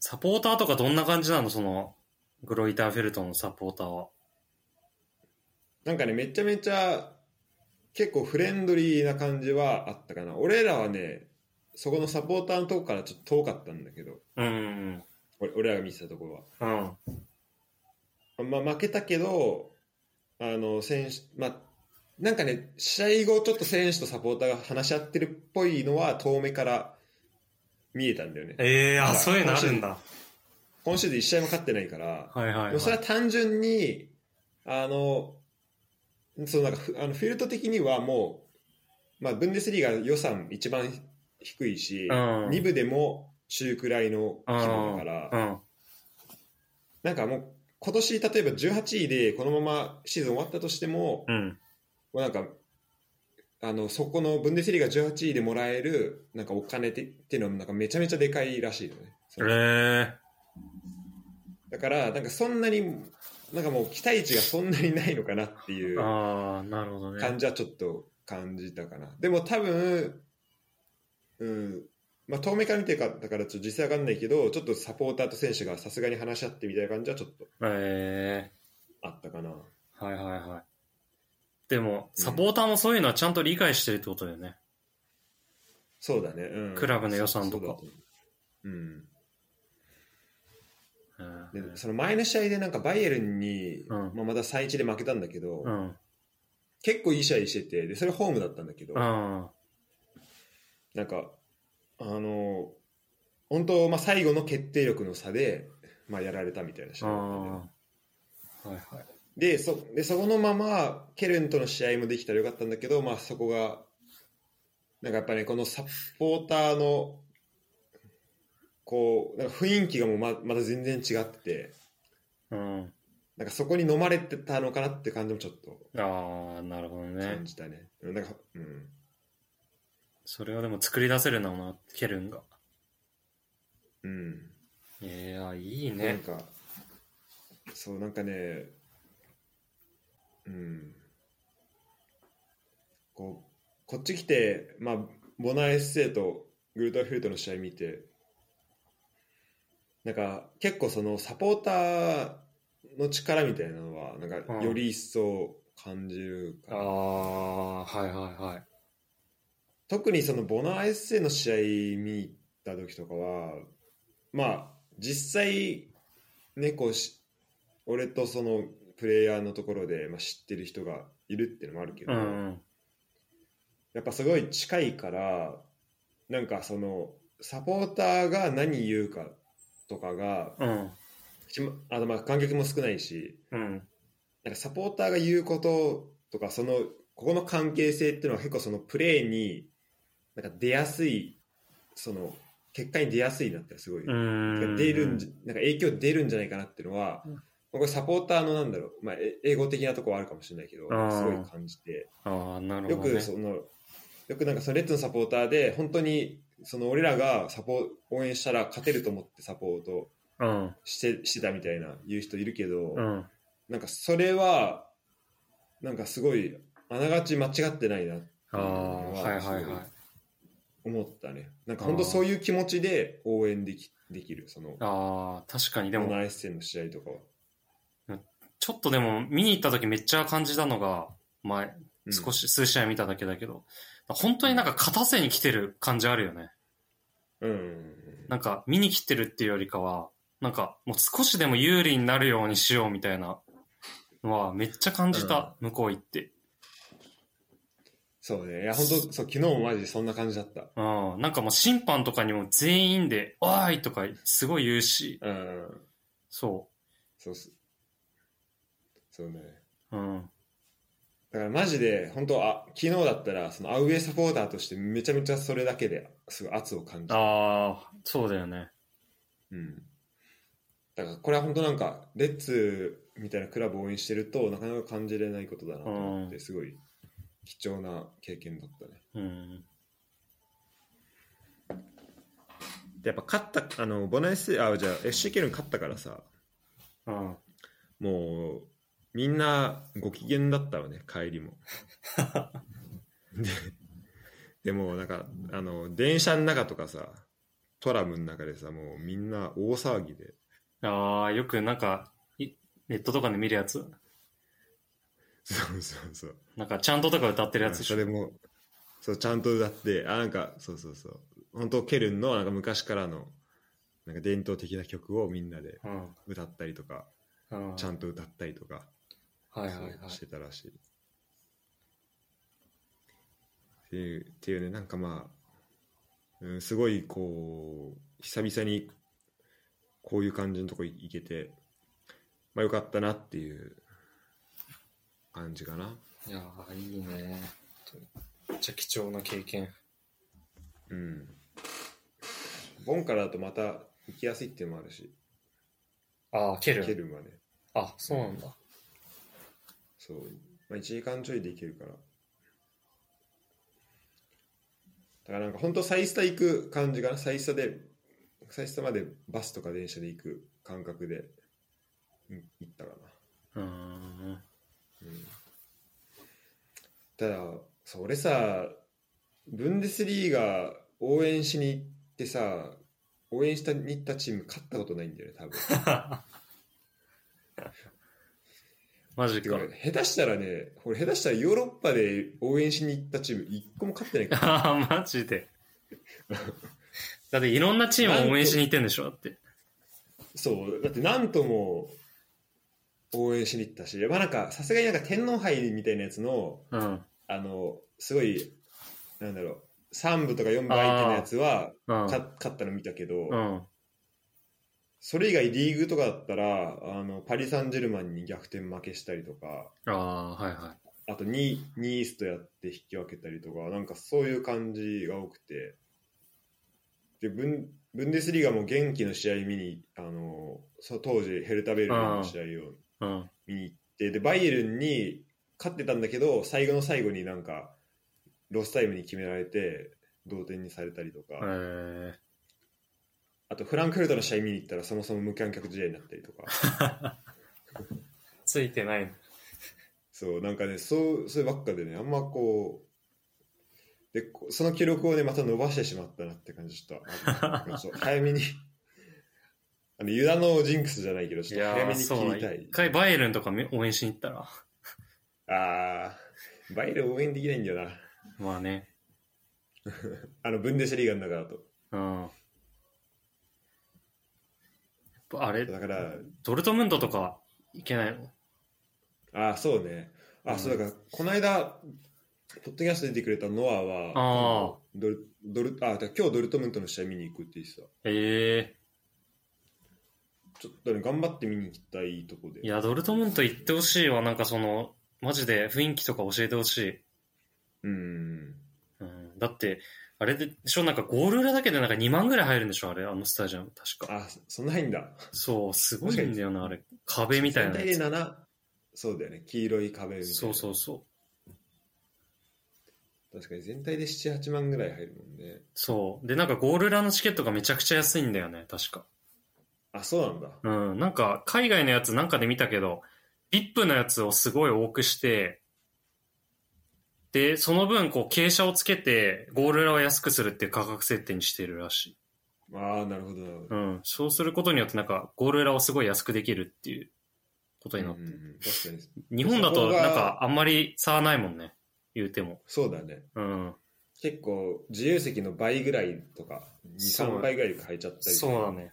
サポーターとかどんな感じなのその、グロイターフェルトのサポーターは。なんかねめちゃめちゃ結構フレンドリーな感じはあったかな俺らはねそこのサポーターのとこからちょっと遠かったんだけどうん俺俺らが見てたところはうんうん。うん。まあ、負けたけど、あの選手まあ、なんかね、試合後、ちょっと選手とサポーターが話し合ってるっぽいのは、遠目から見えたんだよね。ええまあ、あそういうのあるんだ。今シーズン1試合も勝ってないから、はいはい、でもそれはい。は単純に、あのそのなんかふあのフィールド的にはもう、まあ、ブンデスリーが予算一番低いし、うん2部でも中くらいの規模だから。うん。なんかもう今年例えば18位でこのままシーズン終わったとしても、うん。もうなんかあのそこのブンデスリーが18位でもらえるなんかお金ってっていうのはなんかめちゃめちゃでかいらしいよね。そええのだからなんかそんなになんかもう期待値がそんなにないのかなっていうああ、なるほどね感。じはちょっと感じたかな。でも多分、うんまあ、遠目から見てるかだからちょっと実際わかんないけどちょっとサポーターと選手がさすがに話し合ってみたいな感じはちょっとええあったかな。はいはいはい。でも、うんサポーターもそういうのはちゃんと理解してるってことだよね。そうだね、うん、クラブの予算とかそうだ思ううんうん。でその前の試合でなんかバイエルンに、うんまあ、また最地で負けたんだけど、うん。結構いい試合しててでそれホームだったんだけど、うん。なんかあの本当、まあ、最後の決定力の差で、まあ、やられたみたいな試合だったんだよねはいはい。でそでそこのままケルンとの試合もできたらよかったんだけど、まあ、そこがなんかやっぱねこのサポーターのこうなんか雰囲気がもうままた全然違っててうん。なんかそこに飲まれてたのかなって感じもちょっとああ、なるほどね感。じたね。なんかうん、それはでも作り出せるな、ケルンが。うんいや、いいなんね。かそうなんかねうんこうこっち来て、まあ、ボナエスセとグルートフィルトの試合見てなんか結構そのサポーターの力みたいなのはなんうんかより一層感じるかあな、あ、はいはいはい。特にそのボナーエッセイの試合見に行った時とかはまあ実際ねこうし俺とそのプレイヤーのところで、まあ、知ってる人がいるっていうのもあるけど、うん。やっぱすごい近いからなんかそのサポーターが何言うかとかがうん。しまあのまあ観客も少ないしうん。なんかサポーターが言うこととかそのここの関係性っていうのは結構そのプレーになんか出やすいその結果に出やすいなってすごい、うん。出るんじなんか影響出るんじゃないかなっていうのは、うんこれサポーターのなんだろう、まあ、え英語的なとこはあるかもしれないけどあーすごい感じてああ、なるよほど、ね。くそのよくなんかそのレッズのサポーターで本当にその俺らがサポ応援したら勝てると思ってサポートうん。してしてたみたいな言う人いるけど、うん。なんかそれはなんかすごいあながち間違ってないなってああ、はいはいはい。思ったねなんか本当そういう気持ちで応援できできるそのああ、確かに。でこもの、アイス戦の試合とかは、ちょっとでも、見に行った時めっちゃ感じたのが、前、うん少し、数試合見ただけだけど、本当になんか片瀬に来てる感じあるよね。うんうんなんか、見に来てるっていうよりかは、なんか、もう少しでも有利になるようにしようみたいなのは、めっちゃ感じた、向こう行って。そうねいや本当そう昨日もマジでそんな感じだったうん。なんかもう審判とかにも全員で、おーいとか、すごい言うし、うんそそうっすそうねう。うん。だからマジで、本当あ、昨日だったら、そのアウェーサポーターとしてめちゃめちゃそれだけですごい圧を感じた。ああ、そうだよね。うん。だからこれは本当なんか、レッツみたいなクラブを応援してると、なかなか感じれないことだなと思っうて、すごい貴重な経験だったね。うん。でやっぱ勝ったあのボナエスあじゃあ FC ケルン勝ったからさうん。もうみんなご機嫌だったわね帰 りもででもなんかあの電車の中とかさトラムの中でさもうみんな大騒ぎでああ、よくなんか、いネットとかで見るやつそうそうそうなんか、ちゃんととか歌ってるやつでしそょれもそうちゃんと歌ってあなんかそうそうそう本当ケルンのなんか昔からのなんか伝統的な曲をみんなでうん。歌ったりとかうん。ちゃんと歌ったりとかはいはいはい。そうしてたらしい。っていうっていうねなんかまあ、うん、すごいこう久々にこういう感じのとこい行けて、まあ、よかったなっていう感じかな。いやー、いいね。めっちゃ貴重な経験。うん。ボンからだとまた行きやすいっていうのもあるし、ああ、ケケル。ルンはね、あ、そうなんだ。そう、まあ、1時間ちょいで行けるから。だからなんか本当サイスタ行く感じかな、サイスタで、サイスタまでバスとか電車で行く感覚でうん行ったかうん。な。うん、ただ、そう俺さ、ブンデスリーガ応援しに行ってさ、応援したに行ったチーム勝ったことないんだよね、多分。マジてかか。下手したらね、俺下手したらヨーロッパで応援しに行ったチーム一個も勝ってな いから。あ あ、マジで。だっていろんなチームを応援しに行ってんでしょだって。そう、だってなんとも応援しに行ったし、まあなんか、さすがになんか天皇杯みたいなやつの、うん。あの、すごい、なんだろう、3部とか4部相手のやつは、うん。か勝ったの見たけど、うん。それ以外リーグとかだったら、あの、パリ・サンジェルマンに逆転負けしたりとか、ああ、はいはあとニーニースとやって引き分けたりとか、なんかそういう感じが多くて、でブンブンデスリーガも元気の試合見に、あのそ当時、ヘルタベルギーの試合をい。うん。見に行って、でバイエルンに勝ってたんだけど、最後の最後になんか、ロスタイムに決められて、同点にされたりとか、えあとフランクフルトの試合見に行ったら、そもそも無観客試合になったりとか、ー、ついてないの。そう、なんかね、そう、そればっかでね、あんまこう、で、こその記録をね、また伸ばしてしまったなって感じした。あ のそう早めに、あの、ユダのジンクスじゃないけど、ちいょっとや早めー、に切そうりただ。い一。回バイエルンとかめ応援しに行ったら。あー、バイエルン応援できないんだよな。まあね。あの、ブンデスリーガの中だと。うん。やっぱあれ、だから、ドルトムントとか行けないのあー、そうね。あ、うんそう、だから、この間、ポッドキャスト出てくれたノアは、あードル、ドル、あ、だから今日ドルトムントの試合見に行くって言ってた。えちょっとね、頑張って見に行きたいとこでえ。いや、ドルトムント行ってほしいわ。なんかその、マジで雰囲気とか教えてほしい。うん。うん。だって、あれで、しょ、なんかゴール裏だけでなんか2万ぐらい入るんでしょあれ、あのスタジアム。確か。あ、そんな入んだ。そう、すごいんだよな、あれ。壁みたいなや全つ。体で7、そうだよね、黄色い壁みたいな。そうそうそう。確かに全体で7、8万ぐらい入るもんね。そう。で、なんかゴール裏のチケットがめちゃくちゃ安いんだよね、確か。あ、そうなんだ。うん。なんか、海外のやつなんかで見たけど、VIP のやつをすごい多くして、で、その分、こう、傾斜をつけて、ゴール裏を安くするっていう価格設定にしてるらしい。ああ、なるほど、なるほうど。ん。そうすることによって、なんか、ゴール裏をすごい安くできるっていうことになってうんうんる。うん確かに。日本だそと、こがなんか、あんまり差はないもんね。言うても。そうだね。うん。結構、自由席の倍ぐらいとか、2、そう3倍ぐらい入っちゃったりとかそうだね。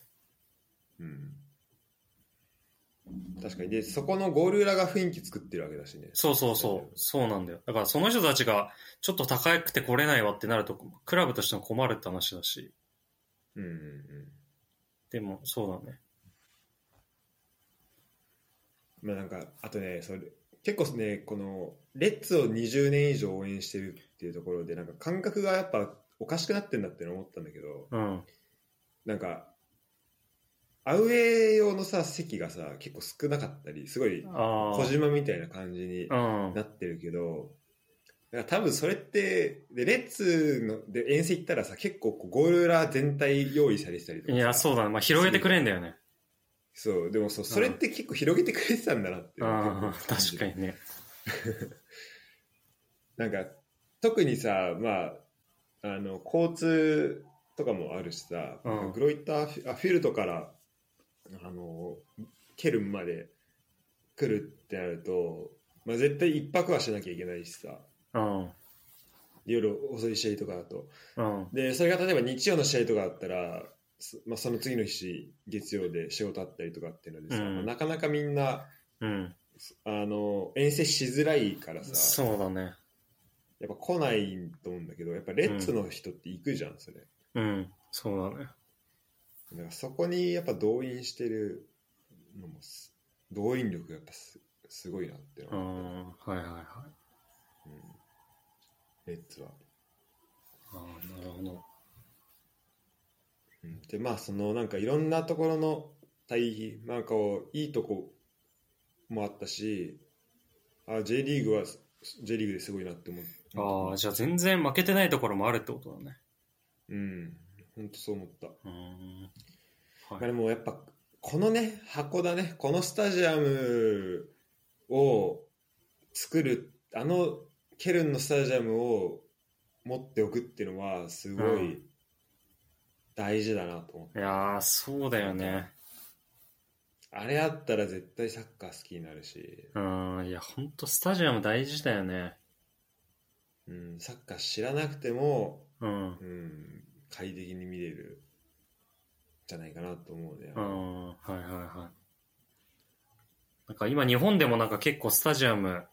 うん。確かに。で、そこのゴール裏が雰囲気作ってるわけだしね。そうそうそう。そうなんだよ。だからその人たちが、ちょっと高くて来れないわってなると、クラブとしても困るって話だし。うんうんうん。でも、そうだね。まあなんか、あとね、それ、結構ねこのレッツを20年以上応援してるっていうところでなんか感覚がやっぱおかしくなってんだって思ったんだけどうん。なんかアウェー用のさ席がさ結構少なかったりすごいああ。小島みたいな感じにうん。なってるけど、だから多分それってでレッツので遠征行ったらさ結構こうゴール裏全体用意されてたりとかいさや、そうだね。まあ、広げてくれんだよね。そうでもそうそれって結構広げてくれてたんだなっていうああ、感じ確かにね。なんか特にさ、まあ、あの交通とかもあるしさ、うんグロイッターフィあフィルトからあのケルンまで来るってなると、まあ、絶対一泊はしなきゃいけないしさうん。夜遅い試合とかだとうん。でそれが例えば日曜の試合とかだったら、そまあ、その次の日月曜で仕事あったりとかっていうのでさ、うんまあなかなかみんなうん。あの遠征しづらいからさそうだね。やっぱ来ないと思うんだけどやっぱレッツの人って行くじゃん、それうん。そうだね。だからそこにやっぱ動員してるのもす動員力がやっぱすすごいなってう思った、ん。はいはいはい。うんレッツは、ああ、なるほど。うんでまあそのなんかいろんなところの対比なんかこういいとこもあったしあ J リーグは J リーグですごいなって思ったああ、じゃあ全然負けてないところもあるってことだね。うん本当そう思ったうん。まあはでい。もやっぱこのね箱だねこのスタジアムを作るあのケルンのスタジアムを持っておくっていうのはすごういん大事だなと思って、いやー、そうだよね。あれあったら絶対サッカー好きになるし、うん。いや、ほんとスタジアム大事だよね。うん、サッカー知らなくても、うん。うん、快適に見れるんじゃないかなと思うね、うん。はいはいはい。なんか今日本でもなんか結構スタジアム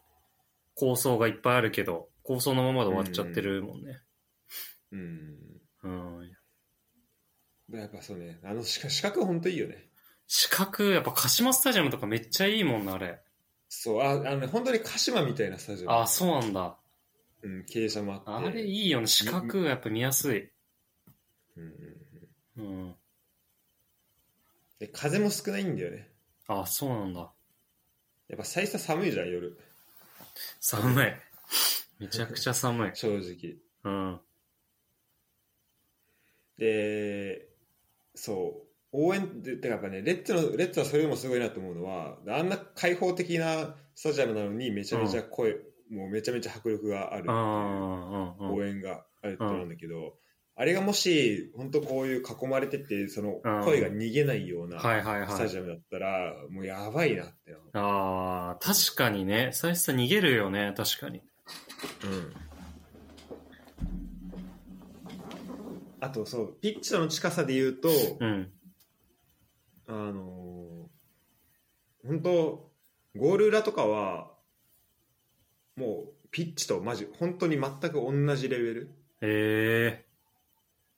構想がいっぱいあるけど、構想のままで終わっちゃってるもんね。うん、うん。でやっぱそうねあの資格本当いいよね四角、やっぱ鹿島スタジアムとかめっちゃいいもんな、あれ。そうああの、ね、本当に鹿島みたいなスタジアムああ、そうなんだ。うん、傾斜もあっあて。れいいよね。四角がやっぱ見やすい。うんうんうんうん。で風も少ないんだよね。ああ、そうなんだ。やっぱ最初は寒いじゃん、夜。寒い。めちゃくちゃ寒い。正直。うん。で、そう。応援って、てかやっぱね、レッツの、レッツはそれでもすごいなと思うのは、あんな開放的なスタジアムなのに、めちゃめちゃ声、もうめちゃめちゃ迫力があるってああ、いううんうん。応援があるってことなんだけど、あれがもし、本当こういう囲まれてて、そのうん声が逃げないようなはいはいスタはい。ジアムだったら、もうやばいなって思う。ああ、確かにね。最初逃げるよね、確かに。あとそうピッチとの近さで言うと、うん。あのー本当ゴール裏とかはもうピッチとマジ本当に全く同じレベルえ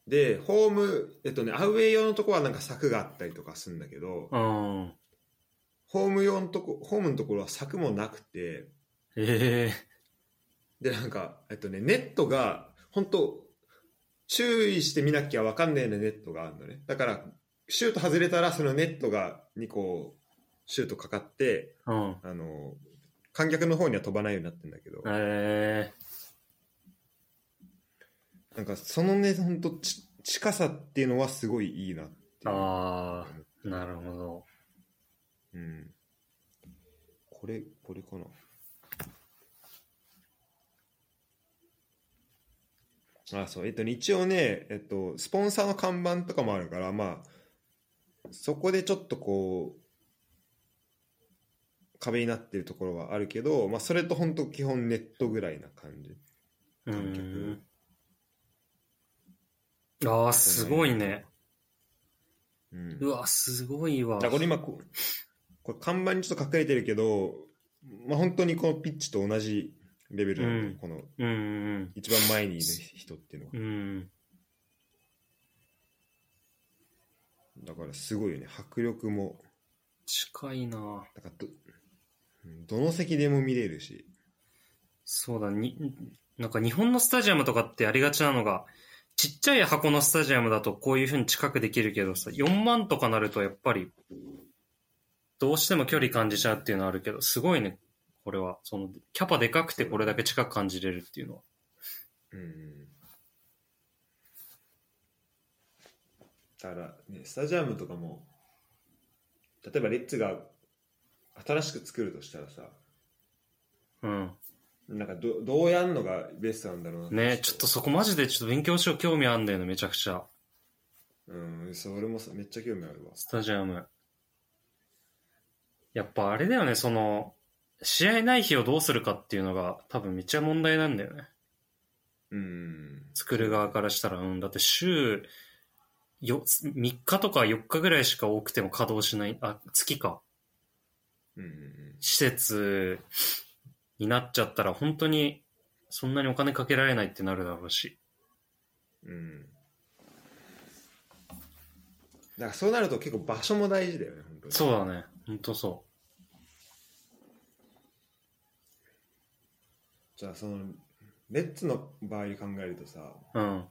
でホームえっとねアウェー用のとこはなんか柵があったりとかするんだけど、えうん。ホーム用のとこホームのところは柵もなくてええでなんかえっとねネットが本当注意して見なきゃ分かんないようなネットがあるのねだからシュート外れたらそのネットがにこうシュートかかってうん。あの観客の方には飛ばないようになってんだけどええなんかそのね本当ち近さっていうのはすごいいいなっていうああ、なるほど。うん、これこれかなあそうえっとね一応ねえっとスポンサーの看板とかもあるからまあそこでちょっとこう壁になってるところはあるけど、まあ、それと本当基本ネットぐらいな感じう観客ん。ああ、すごいね。うんうわ、すごいわだ。からこれ今こうこれ看板にちょっと隠れてるけど、まあ、本当にこのピッチと同じレベルなの、うんこのうんうん。一番前にいる人っていうのはうん。だからすごいよね迫力も近いな。なんかど、うんどの席でも見れるし。そうだ、に、なんか日本のスタジアムとかってありがちなのが、ちっちゃい箱のスタジアムだとこういう風に近くできるけどさ、4万とかなるとやっぱり、どうしても距離感じちゃうっていうのはあるけど、すごいね、これは。その、キャパでかくてこれだけ近く感じれるっていうのは。うん。だから、ね、スタジアムとかも、例えばレッツが新しく作るとしたらさ、うん。なんかどどうやんのがベストなんだろうなねちょっとそこマジでちょっと勉強しよう興味あんだよね、めちゃくちゃ。うんそう俺もさめっちゃ興味あるわスタジアム。やっぱあれだよね、その、試合ない日をどうするかっていうのが多分めっちゃ問題なんだよね。うん作る側からしたら、うん、だって週よ3日とか4日ぐらいしか多くても稼働しない、あ、月か、うんうんうん施設になっちゃったら本当にそんなにお金かけられないってなるだろうし。うんだからそうなると結構場所も大事だよね本当にそうだね、本当そじゃあそのレッツの場合考えるとさ、う。うん、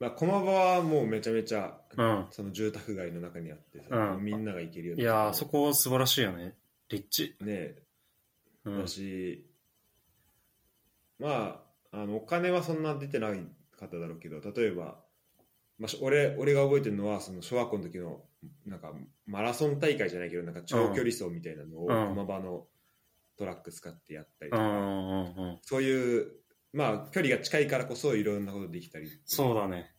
まあ、駒場はもうめちゃめちゃうん。その住宅街の中にあってさ、うんみんなが行けるよういなやー、そこ素晴らしいよね。立地。ねうんだ。し、まああのお金はそんな出てない方だろうけど例えば、まあ、し俺俺が覚えてるのはその小学校の時のなんかマラソン大会じゃないけどなんか長距離走みたいなのをうん駒場のトラック使ってやったりとうんうか、んうん。そういう、まあ、距離が近いからこそいろんなことできたりそうだね。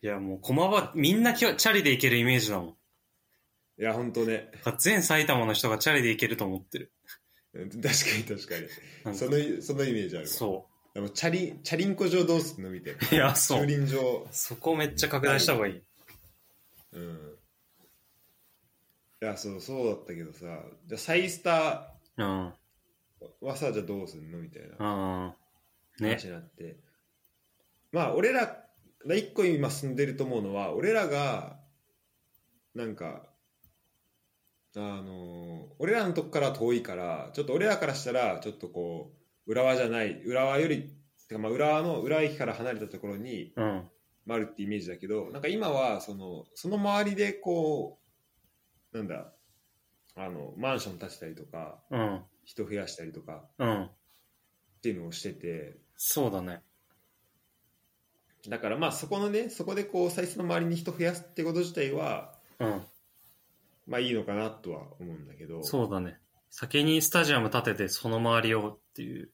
いや、もう駒場、みんなきょチャリで行けるイメージだもん。いや本当ねだ から全埼玉の人がチャリで行けると思ってる。うん確かに確かなんにかそのそのイメージあるわそでもチャリチャリンコ場どうすんのみたいなう。いや、そう駐。輪場そこめっちゃ拡大した方がいい。うんいやそうそうだったけどさじゃあサイスタうん。ーはさじゃあどうすんのみたいなうん。ね話。になって、まあ俺ら一個今住んでると思うのは俺らがなんかあの俺らのとこから遠いからちょっと俺らからしたらちょっとこう浦和じゃない浦和よりてかまあ浦和の浦和駅から離れたところにうん。まああるってイメージだけどなんか今はそのその周りでこうなんだあのマンション建てたりとかうん。人増やしたりとかうん。っていうのをしててそうだね。だからまあそこのねそこでこう最初の周りに人増やすってこと自体はうん。まあいいのかなとは思うんだけどそうだね。先にスタジアム建てて、その周りをっていう。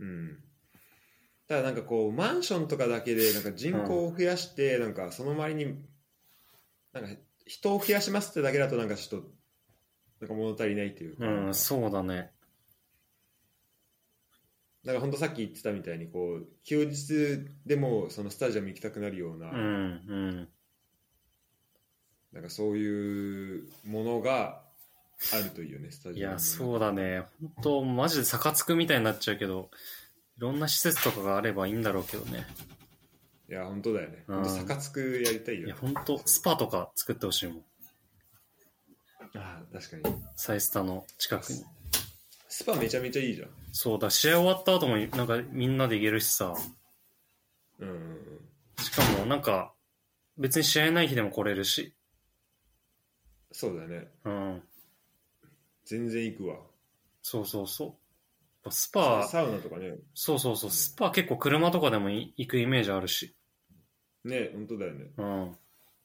う、ん、ただなんかこうマンションとかだけでなんか人口を増やしてなんかその周りになんか人を増やしますってだけだとなんかちょっとなんか物足りないというか。うん、そうだね。だから本当さっき言ってたみたいにこう休日でもそのスタジアム行きたくなるような,、うん、うん。なんかそういうものがあるといいよねスタいジアムや、そうだね。本当マジで逆つくみたいになっちゃうけど、いろんな施設とかがあればいいんだろうけどね。いや本当だよねうん本当逆つくやりたいよいねや、本当スパとか作ってほしいもん。ああ確かにサイスタの近くに。スパめちゃめちゃいいじゃんそうだ、試合終わった後も、なんかみんなで行けるしさ。うんうんうんしかも、なんか、別に試合ない日でも来れるし。そうだねうん。全然行くわそうそうそう。やっぱスパ、サウナとかねそうそうそう、スパ結構車とかでもい行くイメージあるし。ね本当だよねうん。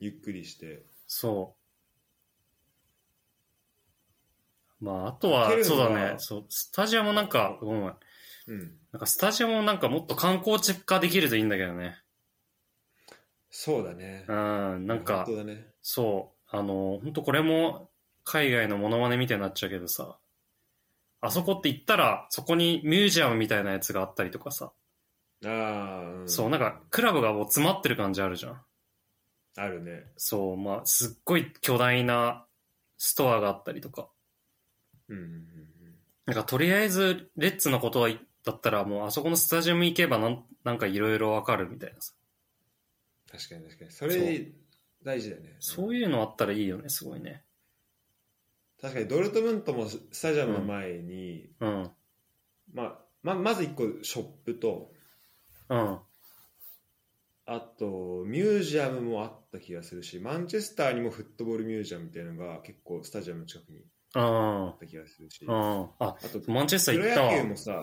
ゆっくりしてそう。まあ、あと行けは、るそのうがだね。そう、スタジアムなんか、ごめん。うんなんかスタジアムもなんかもっと観光地化できるといいんだけどね。そうだねうん、なんか本、当だねそう、あの、本当これも海外のモノマネみたいになっちゃうけどさ、あそこって行ったら、そこにミュージアムみたいなやつがあったりとかさ、ああ、んそう、なんかクラブがもう詰まってる感じあるじゃん。あるねそう、まあ、すっごい巨大なストアがあったりとか。うんうんうんなんかとりあえず、レッツのことだったら、もうあそこのスタジアム行けばなん、なんかいろいろわかるみたいなさ。確かに確かにそれ大事だよねそういうのあったらいいよね、すごいね。確かにドルトムントもススタジアムの前に、うん。まあ、ままず1個ショップとうん。あとミュージアムもあった気がするしマンチェスターにもフットボールミュージアムみたいなのが結構スタジアムの近くにうんあっ。た気がするし、うあん。あ、とプマンチェスター行ロっ野球もたさ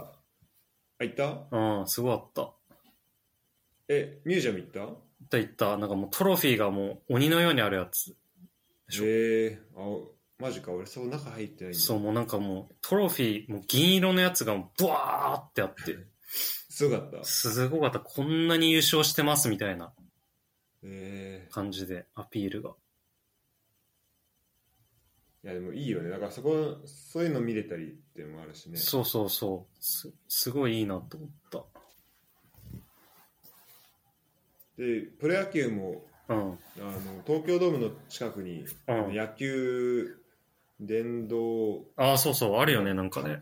あ行ったわ。うん、すごかった。行えミュージアム行ったった行った。なんかもうトロフィーがもう鬼のようにあるやつ。でしょえー、あマジか俺そう中入ってないんだそう、もうなんかもうトロフィー、もう銀色のやつがもうブワーってあって、すごかったすごかった。こんなに優勝してますみたいなえ感じでアピールが。ー、いやでもいいよねだからそこそういうの見れたりっていうのもあるしねそうそうそう。す、すごいいいなと思っでプロ野球もた。うん。あの東京ドームの近くに、うん野球殿堂ああ、そうそう、あるよね、なんかね。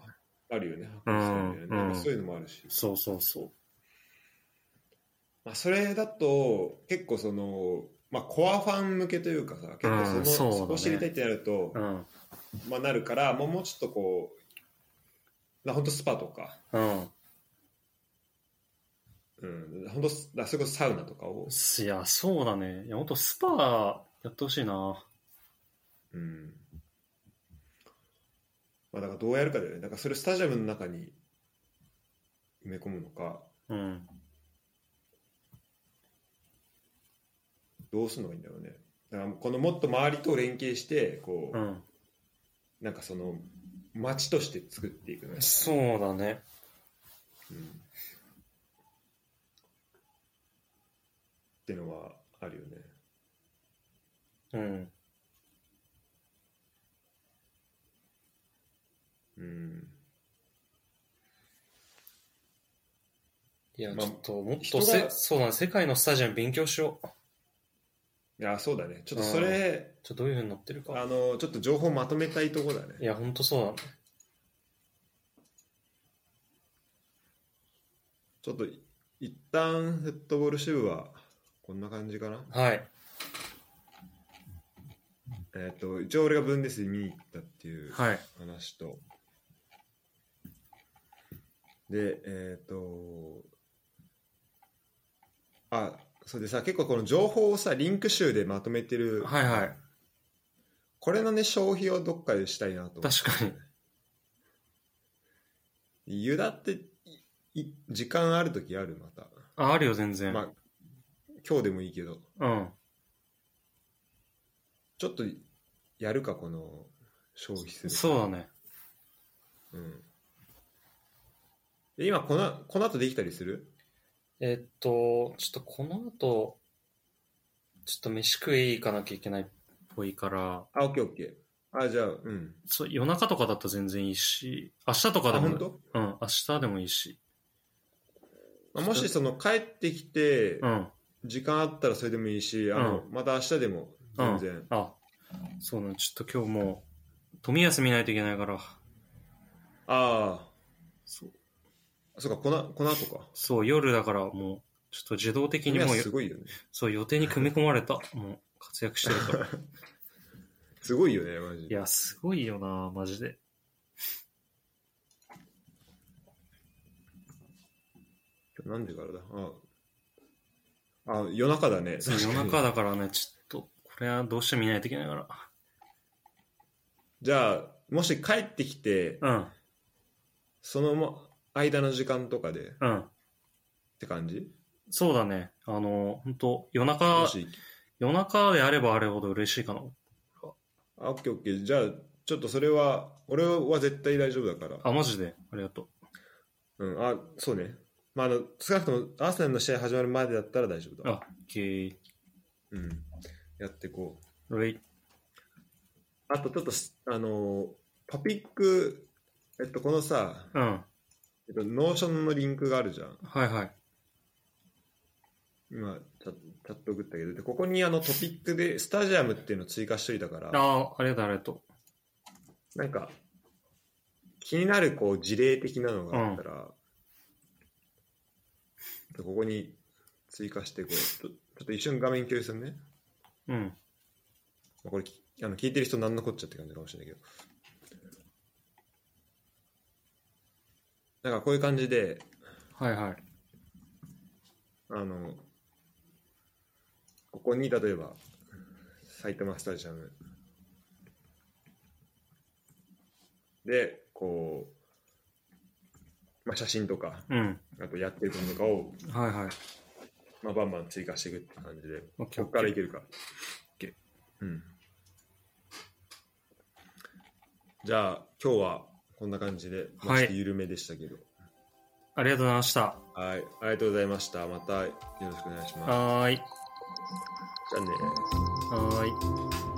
あるよねうん博物館みたいなうんなんかそういうのもあるし、そうそうそまあ、それだと結構その、まあ、コアファン向けというかさ結構その、うんそそうだねこを知りたいってなると、う。うん。まあ、なるから、まあ、もうちょっとこう、まあ、ほんとスパとか、うん。うん、ほんとすだそれこそサウナとかを、いや、そうだね。いや、ほんとスパやってほしいな。うんまあ、だからどうやるかだよねだからそれをスタジアムの中に埋め込むのかうん。どうするのがいいんだろうねだからこのもっと周りと連携してこう、うん。なんかその街として作っていくのよ、そうだね。うん、ってのはあるよねうん。うんいや、まあちょっと、もっ人とがせ、そうだね。世界のスタジアム勉強しよう。いやそうだねちょっとそれちょっとどういう風になってるあか。のちょっと情報まとめたいとこだねいや、ほんとそうだね。ちょっとい一旦フットボール支部はこんな感じかなはい。えっ、と、一応俺がブンデス見に行ったっていうはい。話と、で、えっ、と、あ、そうでさ、結構この情報をさ、リンク集でまとめてる、はいはい。これのね、消費をどっかでしたいなと思って。確かに。ユダって、いい時間あるときある、また。あ、あるよ、全然。まあ、今日でもいいけど、うん。ちょっとやるか、この消費する。そうだね。うん、で今この、この後できたりするえっと、ちょっとこの後、ちょっと飯食い行かなきゃいけないっぽいから、あ、オッケーオッケー。あ、じゃあ、うん。そう夜中とかだったら全然いいし、明日とかあ、でも、本うん、当？明日でもいいし。まあ、もしその帰ってきてう、ん。時間あったらそれでもいいし、あの、また明日でも全然。あ、そうなの、ちょっと今日もう、富安見ないといけないから、あそう、あ、そうか、この、この後か。そう夜だからもう、ちょっと自動的に君はもう、すごいよね。そう、予定に組み込まれた、もう、活躍してるから。 すごいよね、マジいで。や、すごいよな、マジで。何時からだああ、夜中だね。そう確夜かに中だからね、ちょっと、これはどうしても見ないといけないから。じゃあ、もし帰ってきて、うん、そのま間の時間とかでっうん。て感じそうだね。あの、本当夜も中、し夜中であればあれほど嬉しいかな。あ、オッケーオッケー。じゃあ、ちょっとそれは、俺は絶対大丈夫だから。あ、マジで。ありがとうん、あ、そうね。まあ、あの、少なくとも、アーセナルの試合始まるまでだったら大丈夫う。だ。あ、オッケー。うん。やっていこう。レイ。あと、ちょっとす、あのーパピック、えっと、このさ、うん。はえっと、ノーションのリンクがあるじゃん。いはい。今、チャチャット送ったけど、で、ここにあのトピックで、スタジアムっていうのを追加しといたから、ああ、ありがとうありがとなんか、気になる、こう、事例的なのがあったら、でここに追加してこう、ちょちょっと一瞬画面共有するね。う。うん。まあ、これきあの聞いてる人何のこっちゃって感じかもしれないけどなんかこういう感じではいはい。あのここに例えば埼玉スタジアムでこう、まあ、写真とかうん。あとやってることとかを、はいはい。まあ、バンバン追加していくって感じでオッケこーっからいけるか。 OK うん。じゃあ、今日はこんな感じで、まあはいちょっと緩めでしたけど。ありがとうございました。はい、ありがとうございました。またよろしくお願いします。はーい。じゃあね。はーい。